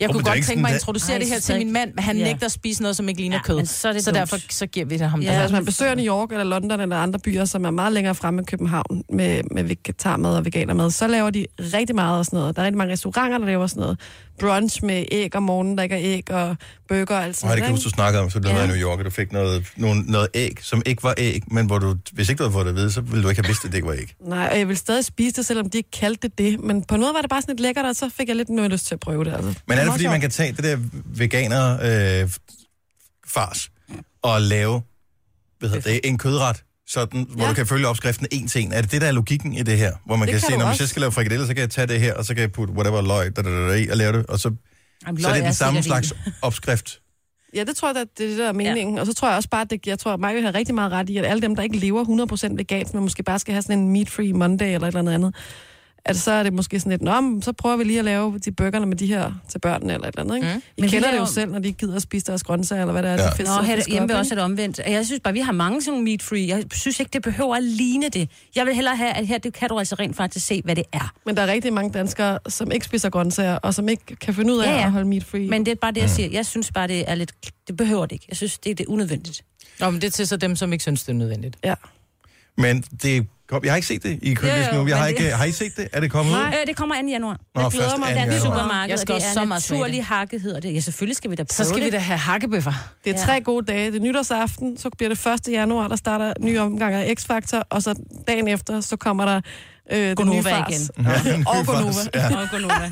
[SPEAKER 2] jeg
[SPEAKER 1] men
[SPEAKER 2] kunne
[SPEAKER 1] det er
[SPEAKER 2] godt
[SPEAKER 1] ikke
[SPEAKER 2] tænke mig at
[SPEAKER 1] sådan, at-
[SPEAKER 2] introducere
[SPEAKER 3] Ej,
[SPEAKER 2] det her
[SPEAKER 3] så
[SPEAKER 2] til
[SPEAKER 3] ikke-
[SPEAKER 2] min mand, men han
[SPEAKER 3] Ja.
[SPEAKER 2] ja. nægter at spise noget, som ikke ligner
[SPEAKER 3] Ja,
[SPEAKER 2] kød.
[SPEAKER 3] men så er det
[SPEAKER 2] så
[SPEAKER 3] dumt.
[SPEAKER 2] derfor så giver vi det ham. Ja.
[SPEAKER 4] Ja. Altså,
[SPEAKER 2] Der.
[SPEAKER 4] hvis man besøger New York eller London eller andre byer, som er meget længere fremme end København med, med vegetarmad og veganermad, så laver de rigtig meget af sådan noget. Der er rigtig mange restauranter, der laver sådan noget brunch med æg om morgenen, der ikke er æg og burger og alt
[SPEAKER 1] Nej,
[SPEAKER 4] sådan
[SPEAKER 1] det kan jeg
[SPEAKER 4] noget.
[SPEAKER 1] huske, du snakkede om, så du ja. i New York, og du fik noget, nogle, noget æg, som ikke var æg, men hvor du, hvis ikke du havde fået det at vide, så ville du ikke have vidst, at det ikke var æg.
[SPEAKER 4] ikke? Nej, og jeg vil stadig spise det, selvom de ikke kaldte det det. Men på noget var det bare sådan lidt lækkert, og så fik jeg lidt mere lyst til at prøve det. Altså.
[SPEAKER 1] Men er det,
[SPEAKER 4] meget
[SPEAKER 1] fordi
[SPEAKER 4] sjovt.
[SPEAKER 1] man kan tage det der veganer øh, fars og lave hvad hedder det, en kødret, sådan, hvor
[SPEAKER 4] Ja.
[SPEAKER 1] du kan følge opskriften en til en. Er det det, der er logikken i det her? Hvor man
[SPEAKER 4] Det
[SPEAKER 1] det kan,
[SPEAKER 4] kan
[SPEAKER 1] se,
[SPEAKER 4] du
[SPEAKER 1] når hvis
[SPEAKER 4] også."
[SPEAKER 1] jeg skal lave frikadeller, så kan jeg tage det her, og så kan jeg putte whatever løg da, da, da, da, i, og lave det, og så,
[SPEAKER 3] Jamen,
[SPEAKER 1] så er
[SPEAKER 3] løg
[SPEAKER 1] det den samme
[SPEAKER 3] sikkert i.
[SPEAKER 1] slags opskrift.
[SPEAKER 4] Ja, det tror jeg, at det er det, der er meningen. Ja. Og så tror jeg også bare, at det, jeg tror, at Maja har rigtig meget ret i, at alle dem, der ikke lever 100% vegansk, men måske bare skal have sådan en meat-free Monday eller et eller andet andet, at så er det måske sådan lidt, Nå, men så prøver vi lige at lave de burgerne med de her til børnene eller et eller andet, ikke? Mm. I
[SPEAKER 3] Men vi
[SPEAKER 4] kender det jo
[SPEAKER 3] laver-
[SPEAKER 4] selv, når de ikke gider at spise deres grøntsager, eller hvad det er, ja. de fisk,
[SPEAKER 3] Nå, her hjemme er også et omvendt. Jeg synes bare, vi har mange sådan nogle meat-free. Jeg synes ikke, det behøver at ligne det. Jeg vil hellere have, at her det kan du altså rent faktisk se, hvad det er.
[SPEAKER 4] Men der er rigtig mange danskere, som ikke spiser grøntsager, og som ikke kan finde ud af
[SPEAKER 3] Ja,
[SPEAKER 4] ja,
[SPEAKER 3] ja.
[SPEAKER 4] ja. at holde meat-free.
[SPEAKER 3] Men det er bare det, jeg siger. Jeg synes bare, det er lidt... Det behøver det ikke. Jeg synes, det er, det er unødvendigt.
[SPEAKER 2] Nå, men det er til så dem, som ikke synes, det er nødvendigt.
[SPEAKER 4] Ja.
[SPEAKER 1] Men det kom, jeg har ikke set det i køkkenet
[SPEAKER 3] jo,
[SPEAKER 1] nu. Jeg har,
[SPEAKER 3] men det-
[SPEAKER 1] ikke, har I set det? Er det kommet ud? *laughs*
[SPEAKER 3] Nej, øh, det kommer 2. januar.
[SPEAKER 1] Mm. Nå, Jeg glæder først mig.
[SPEAKER 3] Det
[SPEAKER 1] 2.
[SPEAKER 3] er
[SPEAKER 1] januar.
[SPEAKER 3] supermarked,
[SPEAKER 2] Jeg skal
[SPEAKER 3] og det
[SPEAKER 2] også
[SPEAKER 3] er
[SPEAKER 2] så meget smage
[SPEAKER 3] naturlig hakke, hedder det. Ja, selvfølgelig skal vi da prøve
[SPEAKER 2] Så skal vi
[SPEAKER 3] det.
[SPEAKER 2] da have hakkebøffer.
[SPEAKER 4] Det er
[SPEAKER 3] Ja.
[SPEAKER 4] tre gode dage. Det er nytårsaften, så bliver det 1. januar, der starter
[SPEAKER 3] Mm.
[SPEAKER 4] nye omgang af X-Factor, og så dagen efter, så kommer der øh, den nye
[SPEAKER 3] Gonova
[SPEAKER 4] fars.
[SPEAKER 3] igen.
[SPEAKER 1] Ja, den nye
[SPEAKER 4] og
[SPEAKER 1] fars,
[SPEAKER 4] Gonova.
[SPEAKER 1] ja.
[SPEAKER 3] Og Gonova.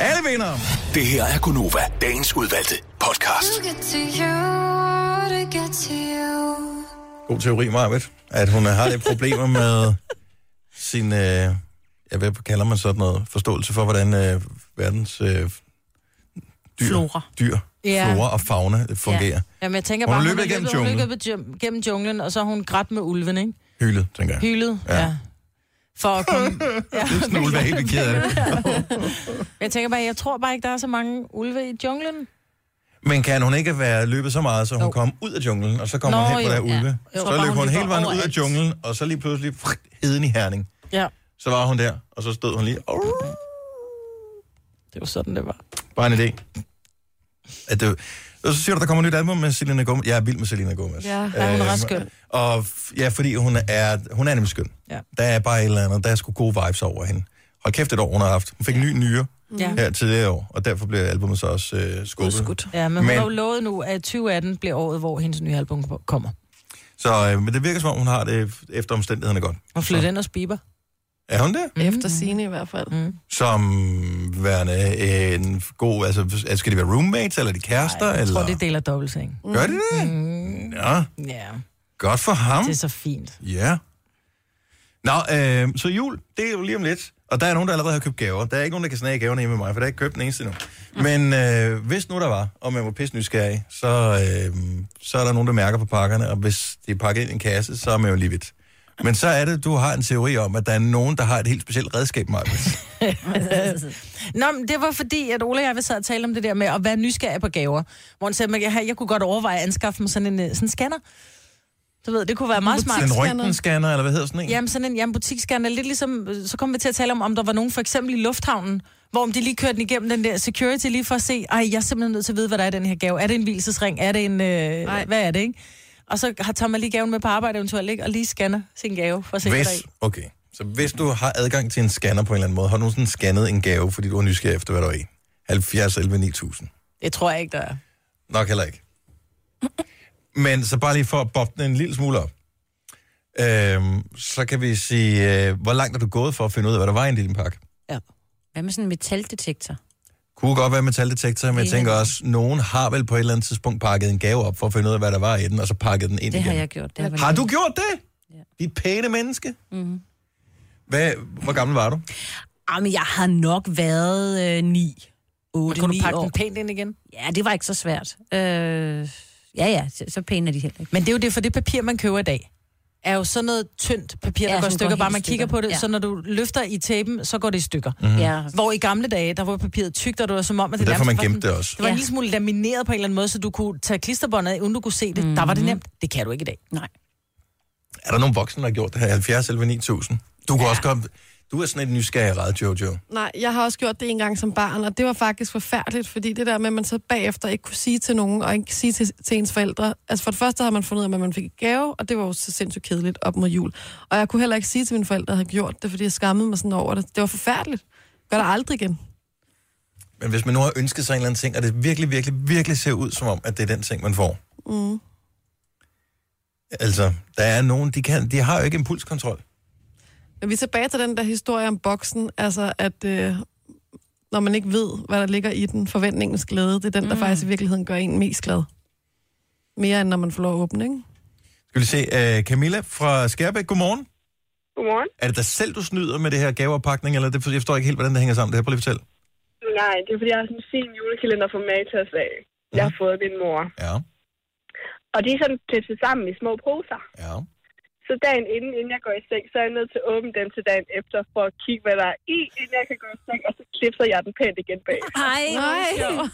[SPEAKER 1] Alle vinder!
[SPEAKER 7] Det her er Gunova, dagens udvalgte podcast.
[SPEAKER 1] God teori, Marvitt, at hun har lidt problemer med sin, øh, ja, hvad kalder man sådan noget, forståelse for, hvordan øh, verdens øh, dyr,
[SPEAKER 3] Flora.
[SPEAKER 1] dyr
[SPEAKER 2] Ja.
[SPEAKER 1] flora og fauna øh, fungerer.
[SPEAKER 2] Jamen, jeg tænker
[SPEAKER 1] Hun
[SPEAKER 2] bare,
[SPEAKER 1] har
[SPEAKER 2] hun
[SPEAKER 1] løbet
[SPEAKER 2] har
[SPEAKER 1] igennem
[SPEAKER 2] løbet, hun har løbet jum- gennem junglen, og så har hun grædt med ulven, ikke?
[SPEAKER 1] Ja. Hylet, tænker jeg.
[SPEAKER 2] Hylet, ja. ja. For
[SPEAKER 1] *laughs*
[SPEAKER 2] at komme... Ja.
[SPEAKER 1] Det er sådan en ulve, er helt ked af det.
[SPEAKER 2] Jeg tænker bare, jeg tror bare ikke, der er så mange ulve i junglen.
[SPEAKER 1] Men kan hun ikke være løbet så meget, så hun kom ud af junglen, og så kommer
[SPEAKER 2] Nå,
[SPEAKER 1] hun hen på
[SPEAKER 2] jo,
[SPEAKER 1] der
[SPEAKER 2] ja.
[SPEAKER 1] ulve?
[SPEAKER 2] Jeg tror
[SPEAKER 1] Så
[SPEAKER 2] bare,
[SPEAKER 1] løb
[SPEAKER 2] hun
[SPEAKER 1] hun
[SPEAKER 2] løber
[SPEAKER 1] hele vejen ud af
[SPEAKER 2] overalt.
[SPEAKER 1] junglen, og så lige pludselig frit, heden i herning.
[SPEAKER 2] Ja.
[SPEAKER 1] Så var hun der, og så stod hun lige...
[SPEAKER 2] Det var sådan, det var.
[SPEAKER 1] Bare en idé. At det, og så siger du, der kommer et nyt album med Selena Gomez. Jeg er vild med Selena Gomez. Øhm,
[SPEAKER 2] Ja, ja,
[SPEAKER 1] Øh,
[SPEAKER 2] hun er ret skøn.
[SPEAKER 1] Og f- ja, fordi hun er, hun er nemlig skøn.
[SPEAKER 2] Ja.
[SPEAKER 1] Der er bare et eller andet. Der er sgu gode vibes over hende. Hold kæft et år, hun har haft. Hun fik en ny nyre
[SPEAKER 4] Mm.
[SPEAKER 2] Ja.
[SPEAKER 1] her tidligere i år, og derfor blev albumet så også øh, skubbet.
[SPEAKER 2] Ja, men hun
[SPEAKER 1] Men-
[SPEAKER 2] har jo lovet nu, at 2018 bliver året, hvor hendes nye album ko- kommer.
[SPEAKER 1] Så øh, men det virker som om, hun har det efter omstændighederne godt.
[SPEAKER 2] Hun flytter ind og spiber. Mhm.
[SPEAKER 1] Er hun
[SPEAKER 3] Mm.
[SPEAKER 1] det?
[SPEAKER 4] Efter sine i hvert fald. Mm.
[SPEAKER 1] Som værende en god... Altså, skal de være roommates, eller er de kærester?
[SPEAKER 2] Jeg
[SPEAKER 1] eller?
[SPEAKER 2] tror, det deler dobbeltseng.
[SPEAKER 1] Gør de det? Mm. Ja,
[SPEAKER 2] Ja,
[SPEAKER 1] godt for ham.
[SPEAKER 2] det er så fint.
[SPEAKER 1] Ja. Nå, øh, så jul, det er jo lige om lidt. Og der er nogen, der allerede har købt gaver. Der er ikke nogen, der kan snage gaverne hjemme med mig, for der er ikke købt den eneste endnu. Men øh, hvis nu der var, og man var pisse nysgerrig, så, øh, så er der nogen, der mærker på pakkerne. Og hvis det er pakket ind i en kasse, så er man jo lige vidt. Men så er det, du har en teori om, at der er nogen, der har et helt specielt redskab, Marcus.
[SPEAKER 2] Nå, men det var fordi, at Ole og jeg vi sad og talte om det der med at være nysgerrig på gaver. Hvor han sagde, at jeg, jeg kunne godt overveje at anskaffe mig sådan en, øh, sådan en scanner. Du ved, det kunne være meget smart.
[SPEAKER 1] en røntgenscanner, eller hvad hedder sådan en?
[SPEAKER 2] Jamen sådan en jamen, butiksscanner, lidt ligesom, øh, så kom vi til at tale om, om der var nogen for eksempel i lufthavnen, hvor om de lige kørte den igennem den der security lige for at se, ej, jeg er simpelthen nødt til at vide, hvad der er i den her gave. Er det en hvilesesring? Er det en, øh, hvad er det, ikke? Og så har tager man lige gaven med på arbejde eventuelt, ikke? Og lige scanner sin gave for at se, hvad der er
[SPEAKER 1] Hvis,
[SPEAKER 2] i.
[SPEAKER 1] okay. Så hvis du har adgang til en scanner på en eller anden måde, har du nogensinde scannet en gave, fordi du var nysgerrig efter, hvad der var i? 70 11 9000.
[SPEAKER 2] Det tror jeg ikke, der er.
[SPEAKER 1] Nok heller ikke. Men så bare lige for at bobne en lille smule op. Øhm, så kan vi sige, øh, hvor langt er du gået for at finde ud af, hvad der var i en lille pakke?
[SPEAKER 3] Hvad med sådan en metaldetektor?
[SPEAKER 1] Kunne godt være metaldetektor, men jeg
[SPEAKER 3] Det er
[SPEAKER 1] tænker
[SPEAKER 3] det.
[SPEAKER 1] også, nogen har vel på et eller andet tidspunkt pakket en gave op for at finde ud af, hvad der var i den, og så pakket den ind
[SPEAKER 3] Det
[SPEAKER 1] igen.
[SPEAKER 3] har jeg gjort. Det
[SPEAKER 1] Har du gjort det? Ja. Dit pæne menneske?
[SPEAKER 3] Mm-hmm.
[SPEAKER 1] Hvad, hvor gammel var du?
[SPEAKER 3] Jamen, jeg har nok været øh, 9, 8,
[SPEAKER 2] kunne du
[SPEAKER 3] 9
[SPEAKER 2] pakke
[SPEAKER 3] år.
[SPEAKER 2] den pænt ind igen?
[SPEAKER 3] Ja, det var ikke så svært. Øh, ja, ja, så, så pæne er de heller ikke.
[SPEAKER 2] Men det er jo det, for det papir, man køber i dag, er jo sådan noget tyndt papir, der
[SPEAKER 3] Ja,
[SPEAKER 2] ja, går i
[SPEAKER 3] som går
[SPEAKER 2] stykker, bare
[SPEAKER 3] helt
[SPEAKER 2] man
[SPEAKER 3] i
[SPEAKER 2] kigger på
[SPEAKER 3] stykker.
[SPEAKER 2] det,
[SPEAKER 3] Ja.
[SPEAKER 2] ja. så når du løfter i tapen, så går det i stykker.
[SPEAKER 1] Mhm.
[SPEAKER 3] Ja.
[SPEAKER 2] Hvor i gamle dage, der var papiret tykt, og det var som om, at det,
[SPEAKER 1] Det er derfor,
[SPEAKER 2] nærmest
[SPEAKER 1] man
[SPEAKER 2] var
[SPEAKER 1] gemte
[SPEAKER 2] sådan-
[SPEAKER 1] det også.
[SPEAKER 2] Det var ja.
[SPEAKER 1] Ja.
[SPEAKER 2] en lille smule lamineret på en eller anden måde, så du kunne tage klisterbåndet af, uden du kunne se det. Mm-hmm. Der var det nemt. Det kan du ikke i dag.
[SPEAKER 3] Nej.
[SPEAKER 1] Er der nogen voksne, der har gjort det her? 70 11 9000. Du kan ja. også komme... Du er sådan et nysgerrig red, Jojo.
[SPEAKER 4] Nej, jeg har også gjort det en gang som barn, og det var faktisk forfærdeligt, fordi det der med, at man så bagefter ikke kunne sige til nogen, og ikke kunne sige til, til ens forældre. Altså for det første havde man fundet ud af, at man fik en gave, og det var jo så sindssygt kedeligt op mod jul. Og jeg kunne heller ikke sige til mine forældre, at jeg havde gjort det, fordi jeg skammede mig sådan over det. Det var forfærdeligt. Gør det aldrig igen.
[SPEAKER 1] Men hvis man nu har ønsket sig en eller anden ting, og det virkelig, virkelig, virkelig ser ud som om, at det er den ting, man får.
[SPEAKER 4] Mm.
[SPEAKER 1] Altså, der er nogen, de, kan, de har jo ikke impulskontrol.
[SPEAKER 4] Men vi er tilbage til den der historie om boksen, altså at øh, når man ikke ved, hvad der ligger i den, forventningens glæde, det er den, der
[SPEAKER 2] Mm.
[SPEAKER 4] faktisk i virkeligheden gør en mest glad. Mere end når man får lov at åbne, ikke?
[SPEAKER 1] Skal vi se, uh, Camilla fra Skærbæk, godmorgen.
[SPEAKER 12] Godmorgen.
[SPEAKER 1] Er det dig selv, du snyder med det her gaveoppakning, eller det, for jeg forstår ikke helt, hvordan det hænger sammen, det her, prøv lige at fortælle.
[SPEAKER 12] Nej, det er fordi, jeg har sådan en fin julekalender fra Matas af. Jeg har fået af min mor.
[SPEAKER 1] Ja.
[SPEAKER 12] Og de er sådan klippet sammen i små poser.
[SPEAKER 1] Ja.
[SPEAKER 12] Så dagen inden, inden jeg går i seng, så er jeg nødt til at åbne dem til dagen efter, for at kigge, hvad der er i, inden jeg kan gå i seng, og så klipser jeg den pænt igen bag.
[SPEAKER 3] Ej, hvor er det sjovt.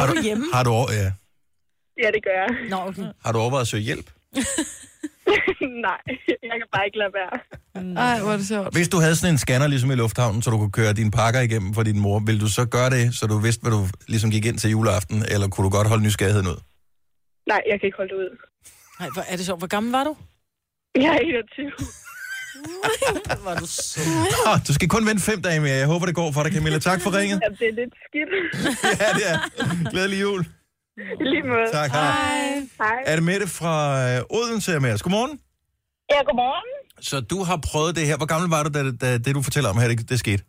[SPEAKER 1] Har du,
[SPEAKER 2] hjemme?
[SPEAKER 1] Har du, over- ja.
[SPEAKER 12] Ja, det gør jeg. *laughs*
[SPEAKER 2] Nå, okay.
[SPEAKER 1] har du overvejet at søge hjælp?
[SPEAKER 12] Nej, jeg kan bare ikke lade være.
[SPEAKER 4] Ej, hvor er det
[SPEAKER 2] Mm.
[SPEAKER 4] sjovt.
[SPEAKER 1] Hvis du havde sådan en scanner ligesom i lufthavnen, så du kunne køre dine pakker igennem for din mor, ville du så gøre det, så du vidste, hvad du ligesom gik ind til juleaften, eller kunne du godt holde nysgerrigheden ud?
[SPEAKER 12] Nej, jeg kan ikke holde det ud.
[SPEAKER 2] Nej, hvor er det sjovt. Hvor gammel var du?
[SPEAKER 12] Jeg er 21.
[SPEAKER 2] var du så...
[SPEAKER 1] Nå, du skal kun vente fem dage mere. Jeg håber, det går for dig, Camilla. Tak for
[SPEAKER 13] *laughs*
[SPEAKER 1] ringet.
[SPEAKER 12] Jamen, det er lidt
[SPEAKER 1] *laughs*
[SPEAKER 12] skidt.
[SPEAKER 1] Ja, det er. Glædelig jul.
[SPEAKER 12] I lige måde.
[SPEAKER 1] Tak, hej. Hej.
[SPEAKER 12] Hej.
[SPEAKER 1] Er det Mette fra øh, Odense er med os? Godmorgen.
[SPEAKER 13] Ja, godmorgen.
[SPEAKER 1] Så du har prøvet det her. Hvor gammel var du, da, da det, du fortæller om her, det, det skete?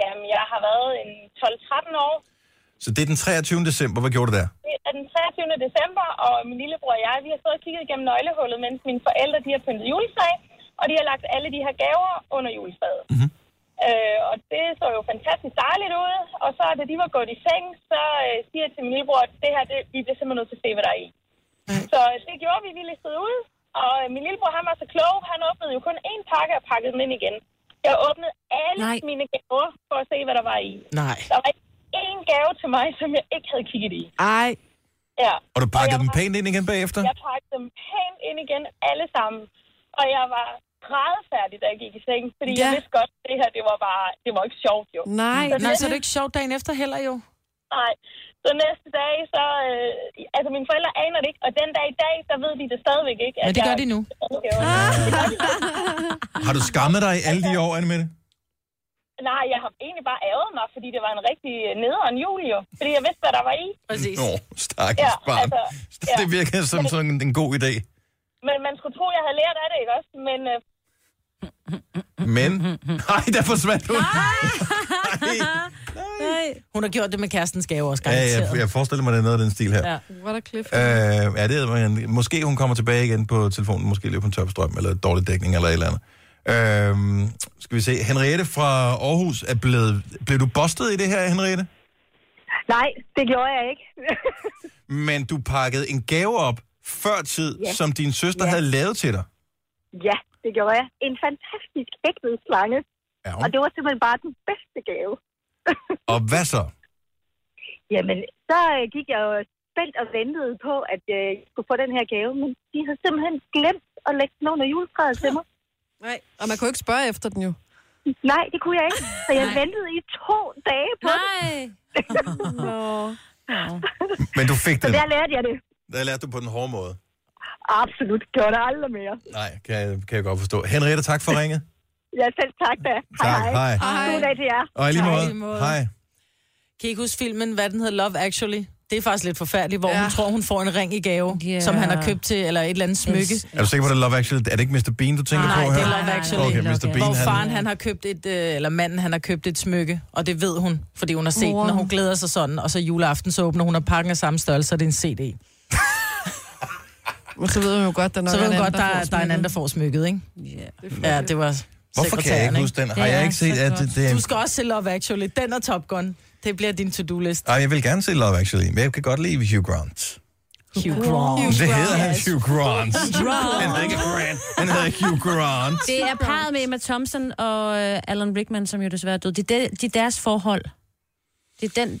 [SPEAKER 13] Jamen, jeg har været en 12-13 år.
[SPEAKER 1] Så det er den 23. december. Hvad gjorde du der?
[SPEAKER 13] Det er den 23. december, og min lillebror og jeg, vi har stået og kigget igennem nøglehullet, mens mine forældre, de har pyntet juletræ, og de har lagt alle de her gaver under juletræet. Mm-hmm. Øh, og det så jo fantastisk dejligt ud, og så da de var gået i seng, så øh, siger jeg til min lillebror, at det her, det, vi bliver simpelthen nødt til at se, hvad der er i. Så øh, det gjorde vi, vi listede ud, og øh, min lillebror, han var så klog, han åbnede jo kun én pakke og pakkede den ind igen. Jeg åbnede alle Nej. mine gaver for at se, hvad der var i.
[SPEAKER 2] Nej.
[SPEAKER 13] Der var ikke én gave til mig, som jeg ikke havde kigget i.
[SPEAKER 4] Ej.
[SPEAKER 13] Ja.
[SPEAKER 1] Og du
[SPEAKER 13] Og
[SPEAKER 1] pakkede
[SPEAKER 13] jeg
[SPEAKER 1] dem
[SPEAKER 13] var-
[SPEAKER 1] pænt ind igen bagefter?
[SPEAKER 13] Jeg pakkede dem pænt ind igen, alle sammen. Og jeg var grædfærdig, da jeg gik i seng, fordi ja. jeg
[SPEAKER 2] Ja.
[SPEAKER 13] vidste godt, at det her, det var bare, det var ikke sjovt jo.
[SPEAKER 4] Nej,
[SPEAKER 2] Nej, så er det ikke sjovt dagen efter heller jo.
[SPEAKER 13] Nej. Så næste dag, så, øh, altså mine forældre aner det ikke, og den dag i dag, der ved de det stadigvæk ikke.
[SPEAKER 2] Men
[SPEAKER 13] at
[SPEAKER 2] det
[SPEAKER 13] jeg-
[SPEAKER 2] gør de nu. Ah.
[SPEAKER 13] Det gør de nu.
[SPEAKER 1] Har du skammet dig i alle de år, Anne-Mette?
[SPEAKER 13] Nej, jeg har egentlig bare ærget mig, fordi det var en rigtig øh, nederen jul jo. Fordi jeg vidste, hvad der var i.
[SPEAKER 2] Præcis.
[SPEAKER 1] Nå, stakkels
[SPEAKER 13] Ja,
[SPEAKER 1] barn.
[SPEAKER 13] altså,
[SPEAKER 1] Ja. Det virkede som sådan en god idé.
[SPEAKER 13] Men man skulle tro, jeg havde lært af det, ikke også? Men øh,
[SPEAKER 1] Men... Nej, der forsvandt hun.
[SPEAKER 2] Nej. Hun har gjort det med kærestens gave også,
[SPEAKER 1] Ja,
[SPEAKER 2] garanteret.
[SPEAKER 1] jeg, jeg forestiller mig, det er noget af den stil her. Ja.
[SPEAKER 4] Hvor er der klip?
[SPEAKER 1] Øh, ja, det er, man, måske hun kommer tilbage igen på telefonen, måske lige på en tørstrøm, eller dårlig dækning, eller et eller andet. Øh, skal vi se, Henriette fra Aarhus er blevet... Blev du bustet i det her, Henriette?
[SPEAKER 14] Nej, det gjorde jeg ikke. *laughs*
[SPEAKER 1] Men du pakkede en gave op før tid,
[SPEAKER 14] Ja.
[SPEAKER 1] yeah. som din
[SPEAKER 14] Ja.
[SPEAKER 1] søster yeah. havde lavet til dig.
[SPEAKER 14] ja, det gjorde jeg. En fantastisk ægte slange.
[SPEAKER 1] Ja.
[SPEAKER 14] Og det var simpelthen bare den bedste gave.
[SPEAKER 1] Og hvad så?
[SPEAKER 14] Jamen, så øh, gik jeg jo spændt og ventede på, at øh, jeg skulle få den her gave, men de havde simpelthen glemt at lægge den under juletræet til mig.
[SPEAKER 4] Nej, og man kunne ikke spørge efter den jo.
[SPEAKER 14] Nej, det kunne jeg ikke. Så jeg ventede i to dage på Nej.
[SPEAKER 4] Nå.
[SPEAKER 1] Men du fik
[SPEAKER 14] Så
[SPEAKER 1] den.
[SPEAKER 14] der lærte jeg det.
[SPEAKER 1] Der lærte du på den hårde måde.
[SPEAKER 11] Absolut. Gjorde det aldrig mere.
[SPEAKER 1] Nej, kan, jeg- kan jeg godt forstå. Henriette, tak
[SPEAKER 2] *laughs*
[SPEAKER 1] for ringet.
[SPEAKER 11] Ja, selv tak da.
[SPEAKER 1] Tak, hej.
[SPEAKER 11] hej. God dag til jer.
[SPEAKER 1] Og i lige
[SPEAKER 2] Tak, i lige
[SPEAKER 1] måde.
[SPEAKER 2] måde.
[SPEAKER 1] Hej.
[SPEAKER 2] Kan I ikke huske filmen, hvad den hedder, Love Actually? Det er faktisk lidt forfærdeligt, hvor ja. hun tror, hun får en ring i gave, yeah. som han har købt til, eller et eller andet smykke.
[SPEAKER 1] Er du sikker på, at det er Love Actually? Er det ikke Mr. Bean, du tænker
[SPEAKER 2] Nej,
[SPEAKER 1] på
[SPEAKER 2] det
[SPEAKER 1] her?
[SPEAKER 2] er Love Actually.
[SPEAKER 1] Okay, Mr. Bean,
[SPEAKER 2] hvor faren,
[SPEAKER 1] han...
[SPEAKER 2] han har købt et, øh, eller manden, han har købt et smykke, og det ved hun, fordi hun har set
[SPEAKER 5] Wow.
[SPEAKER 2] den, og hun glæder sig sådan, og så juleaften, så åbner hun, og pakken af samme størrelse, og det er en CD.
[SPEAKER 4] Men så ved hun jo godt, der nok
[SPEAKER 2] så ved
[SPEAKER 4] er
[SPEAKER 2] hun
[SPEAKER 4] en
[SPEAKER 2] godt,
[SPEAKER 4] anden,
[SPEAKER 2] der,
[SPEAKER 4] der
[SPEAKER 2] er- der
[SPEAKER 4] får
[SPEAKER 2] er en
[SPEAKER 4] smykket.
[SPEAKER 2] anden, der får smykket, ikke? Yeah. Ja, det var
[SPEAKER 1] Hvorfor kan jeg ikke
[SPEAKER 2] sekretæren,
[SPEAKER 1] huske den? Har
[SPEAKER 2] Det
[SPEAKER 1] jeg
[SPEAKER 2] er
[SPEAKER 1] ikke set,
[SPEAKER 2] så
[SPEAKER 1] at
[SPEAKER 2] godt.
[SPEAKER 1] det- det er-
[SPEAKER 2] Du skal også se Love Actually. Den er Top Gun. Det bliver din to-do-list.
[SPEAKER 1] Ej, jeg vil gerne se Love Actually, men jeg kan godt lide Hugh Grant.
[SPEAKER 2] Hugh Grant.
[SPEAKER 1] Det hedder han Hugh Grant.
[SPEAKER 3] Grant.
[SPEAKER 1] Han hedder ikke Grant. Han hedder Hugh Grant.
[SPEAKER 3] Det er parret med Emma Thompson og øh, Alan Rickman, som jo desværre er død. Det er, de, det er deres forhold. Det er den,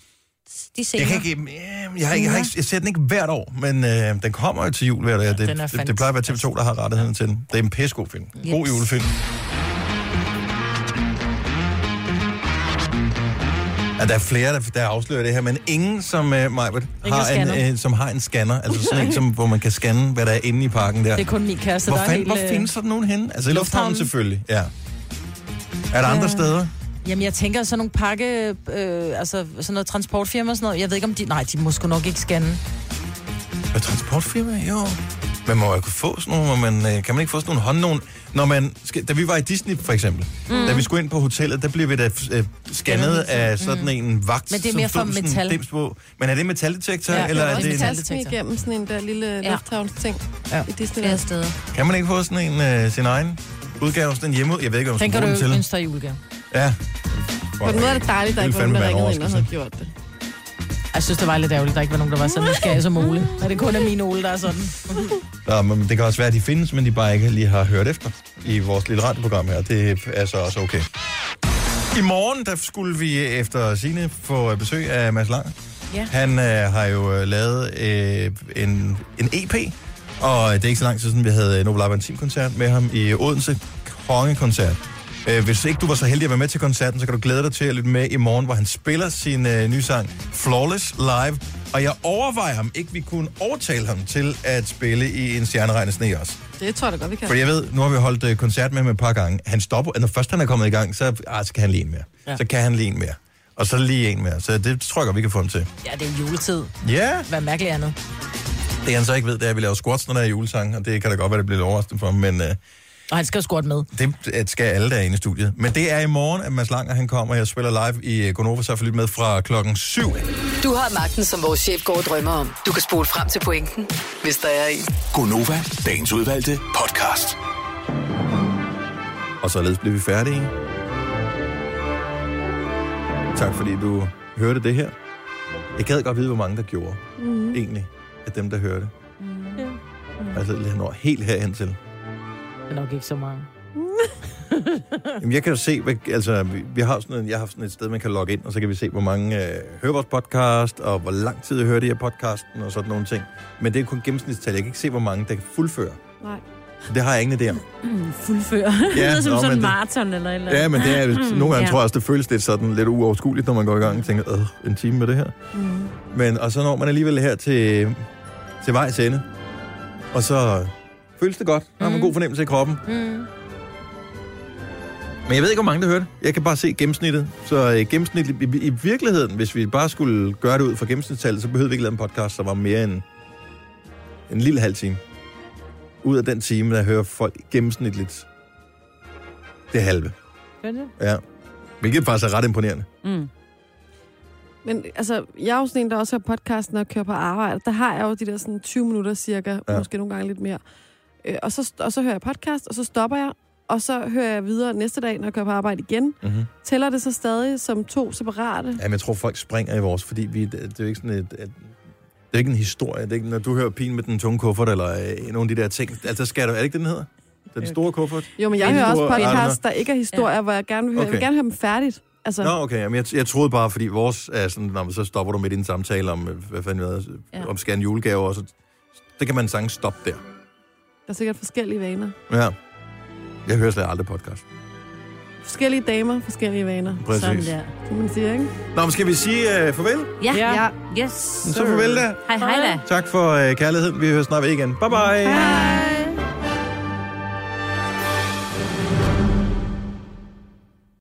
[SPEAKER 3] de scener.
[SPEAKER 1] Jeg kan ikke... jamen, Jeg, har ikke, jeg, har ikke, jeg ser den ikke hvert år, men øh, den kommer jo til jul hvert år. Det,
[SPEAKER 2] den er
[SPEAKER 1] det, det plejer at være TV2, der har rettigheden til den. Det er en pissegod film. God
[SPEAKER 2] Yes.
[SPEAKER 1] julefilm. Ja, der er flere, der, der afslører det her, men ingen som øh, Majbert,
[SPEAKER 2] Ingen
[SPEAKER 1] har en,
[SPEAKER 2] scanner.
[SPEAKER 1] øh, som har en scanner, altså
[SPEAKER 2] *laughs*
[SPEAKER 1] sådan en, som, hvor man kan scanne, hvad der er inde i parken der.
[SPEAKER 2] Det er kun min kæreste,
[SPEAKER 1] hvor
[SPEAKER 2] der
[SPEAKER 1] fanden-
[SPEAKER 2] er helt...
[SPEAKER 1] Hvor
[SPEAKER 2] øh,
[SPEAKER 1] findes sådan nogen henne? Altså i lufthavnen
[SPEAKER 2] Lufthavnen.
[SPEAKER 1] selvfølgelig, ja. Er der andre
[SPEAKER 2] Ja.
[SPEAKER 1] steder?
[SPEAKER 2] Jamen, jeg tænker sådan nogle pakke... Øh, altså sådan noget transportfirma og sådan noget. Jeg ved ikke, om de... Nej, de må sgu nok ikke scanne.
[SPEAKER 1] Hvad transportfirma? Jo. Man må jo kunne få sådan nogle, hvor man, øh, kan man ikke få sådan nogle håndnogen? Når man, skal, da vi var i Disney for eksempel, mm.
[SPEAKER 2] Mm.
[SPEAKER 1] da vi skulle ind på hotellet, der blev vi da øh, scannet af sådan mm. en vagt,
[SPEAKER 2] Men det er
[SPEAKER 1] som
[SPEAKER 2] mere
[SPEAKER 1] stod
[SPEAKER 2] for
[SPEAKER 1] med sådan en
[SPEAKER 2] metal.
[SPEAKER 1] dims på. Men er det metaldetektor,
[SPEAKER 4] Ja,
[SPEAKER 1] ja, eller er
[SPEAKER 4] også
[SPEAKER 1] det en,
[SPEAKER 4] tasken igennem sådan en der lille ja. lufthavnsting
[SPEAKER 2] ja.
[SPEAKER 4] i Disneyland.
[SPEAKER 2] steder.
[SPEAKER 1] Kan man ikke få sådan en øh, sin egen udgave, sådan en hjemme? Jeg ved ikke, om man
[SPEAKER 2] Den
[SPEAKER 1] skal
[SPEAKER 2] kan du
[SPEAKER 1] bruge den
[SPEAKER 2] jo
[SPEAKER 1] til.
[SPEAKER 2] ønske dig i julegave.
[SPEAKER 1] Ja.
[SPEAKER 4] På en måde er det dejligt, at der ikke var nogen, der ringede ind og havde gjort det.
[SPEAKER 2] Jeg synes, det var lidt ærgerligt, der ikke var nogen, der var så nysgerrig som Ole. Og det kun er min Ole, der er sådan.
[SPEAKER 1] Der, men det kan også være, at de findes, men de bare ikke lige har hørt efter i vores lille radioprogram her. Det er så også okay. I morgen, der skulle vi efter sine få besøg af Mads Lang.
[SPEAKER 15] Ja.
[SPEAKER 1] Han øh, har jo øh, lavet øh, en, en E EP, og øh, det er ikke så lang tid siden, vi havde øh, Nobel Arbentin-koncert med ham i øh, Odense Kongekoncert. Øh, hvis ikke du var så heldig at være med til koncerten, så kan du glæde dig til at lytte med i morgen, hvor han spiller sin øh, nye sang Flawless Live. Og jeg overvejer, om ikke vi kunne overtale ham til at spille i en stjerneregn af sne også.
[SPEAKER 4] Det tror jeg da godt, vi kan.
[SPEAKER 1] For jeg ved, nu har vi holdt øh, koncert med ham et par gange. Han stopper, når først han er kommet i gang, så, ah, så kan han lige en mere. Ja.
[SPEAKER 2] Ja.
[SPEAKER 1] Så kan han lige en mere. Og så lige en mere. Så det tror jeg godt, vi kan få ham til.
[SPEAKER 2] Ja, det er juletid.
[SPEAKER 1] Ja,
[SPEAKER 2] Hvad mærkeligt andet.
[SPEAKER 1] det han så ikke ved, det er, at vi laver squats, når der er julesang, og det kan da godt være, det bliver lidt overraskende for ham, men øh,
[SPEAKER 2] Og han skal jo squat med.
[SPEAKER 1] det øh, skal alle der er inde i studiet. Men det er i morgen, at Mads Langer han kommer, jeg spiller live i øh, Gonova, så jeg får lyttet med fra klokken 7.
[SPEAKER 6] Du har magten, som vores chef går og drømmer om. Du kan spole frem til pointen, hvis der er en.
[SPEAKER 7] Gonova, dagens udvalgte podcast.
[SPEAKER 1] Og således bliver vi færdige. Tak fordi du hørte det her. Jeg gad godt vide, hvor mange der gjorde,
[SPEAKER 15] Mhm.
[SPEAKER 1] egentlig, af dem, der hørte. Mm. Altså, han når helt herhen til.
[SPEAKER 2] Men nok ikke så meget.
[SPEAKER 1] Jamen, jeg kan jo se, hvad, altså, vi, vi har sådan, en- jeg har sådan et sted, man kan logge ind, og så kan vi se, hvor mange øh, hører vores podcast, og hvor lang tid jeg hører det her podcasten, og sådan nogle ting. Men det er kun gennemsnitstal. Jeg kan ikke se, hvor mange, der kan fuldføre.
[SPEAKER 4] Nej.
[SPEAKER 1] Så det har jeg ingen idé
[SPEAKER 3] *laughs*
[SPEAKER 1] om.
[SPEAKER 3] Mm, fuldføre. Ja, *laughs* det lyder som
[SPEAKER 1] nå,
[SPEAKER 3] sådan
[SPEAKER 1] men
[SPEAKER 3] en
[SPEAKER 1] det-
[SPEAKER 3] maraton eller et eller andet.
[SPEAKER 1] Ja, men det er,
[SPEAKER 3] Mm,
[SPEAKER 1] nogle gange tror jeg også, det føles lidt sådan lidt uoverskueligt, når man går i gang og tænker, øh, en time med det her.
[SPEAKER 4] Mm.
[SPEAKER 1] Men, og så når man alligevel her til, til vejs ende, og så føles det godt. Der har man en god fornemmelse i kroppen.
[SPEAKER 2] Mm.
[SPEAKER 1] Men jeg ved ikke, hvor mange der hørte. Jeg kan bare se gennemsnittet. Så øh, gennemsnitligt, i, i virkeligheden, hvis vi bare skulle gøre det ud fra gennemsnitstallet, så behøvede vi ikke lave en podcast, der var mere end en lille halv time. Ud af den time, der hører folk gennemsnitligt det halve. Ja. Hvilket faktisk er ret imponerende.
[SPEAKER 3] Mm.
[SPEAKER 4] Men altså, jeg er jo sådan en, der også har podcasten og kører på arbejde. Der har jeg jo de der sådan 20 minutter cirka,
[SPEAKER 1] Ja.
[SPEAKER 4] ja. måske nogle gange lidt mere. Øh, og, så, og så hører jeg podcast, og så stopper jeg, og så hører jeg videre næste dag, når jeg kører på arbejde igen.
[SPEAKER 1] Mm-hmm.
[SPEAKER 4] Tæller det så stadig som to separate?
[SPEAKER 1] Jamen, jeg tror, folk springer i vores, fordi vi, det er jo ikke sådan et... et det er ikke en historie. Det er ikke, når du hører Pin med den tunge kuffert, eller øh, nogle af de der ting. Altså, der skal du... Er det ikke, den hedder? Den store kuffert?
[SPEAKER 4] Jo, men jeg
[SPEAKER 1] Den
[SPEAKER 4] hører også
[SPEAKER 1] store-
[SPEAKER 4] podcasts, der ikke er historier, ja. hvor jeg gerne vil, okay. jeg vil
[SPEAKER 1] Okay.
[SPEAKER 4] gerne høre dem færdigt. Altså,
[SPEAKER 1] Nå, okay. Jamen, jeg, jeg troede bare, fordi vores er sådan, når man så stopper du med din samtale om, øh, hvad fanden ved, jeg,
[SPEAKER 4] Ja.
[SPEAKER 1] om skal en julegave, og så, det kan man sagtens stoppe der.
[SPEAKER 4] der er sikkert forskellige vaner.
[SPEAKER 1] Ja. Jeg hører slet aldrig podcast.
[SPEAKER 4] Forskellige damer, forskellige vaner.
[SPEAKER 1] Præcis. Sådan der.
[SPEAKER 4] Som man siger, ikke?
[SPEAKER 1] Nå, men skal vi sige uh, farvel?
[SPEAKER 3] Ja.
[SPEAKER 4] ja.
[SPEAKER 3] Yes.
[SPEAKER 1] Så farvel da. øh,
[SPEAKER 3] Hej, hej da.
[SPEAKER 1] Tak for uh, kærligheden. Vi hører snart ved igen. Bye bye. Hej.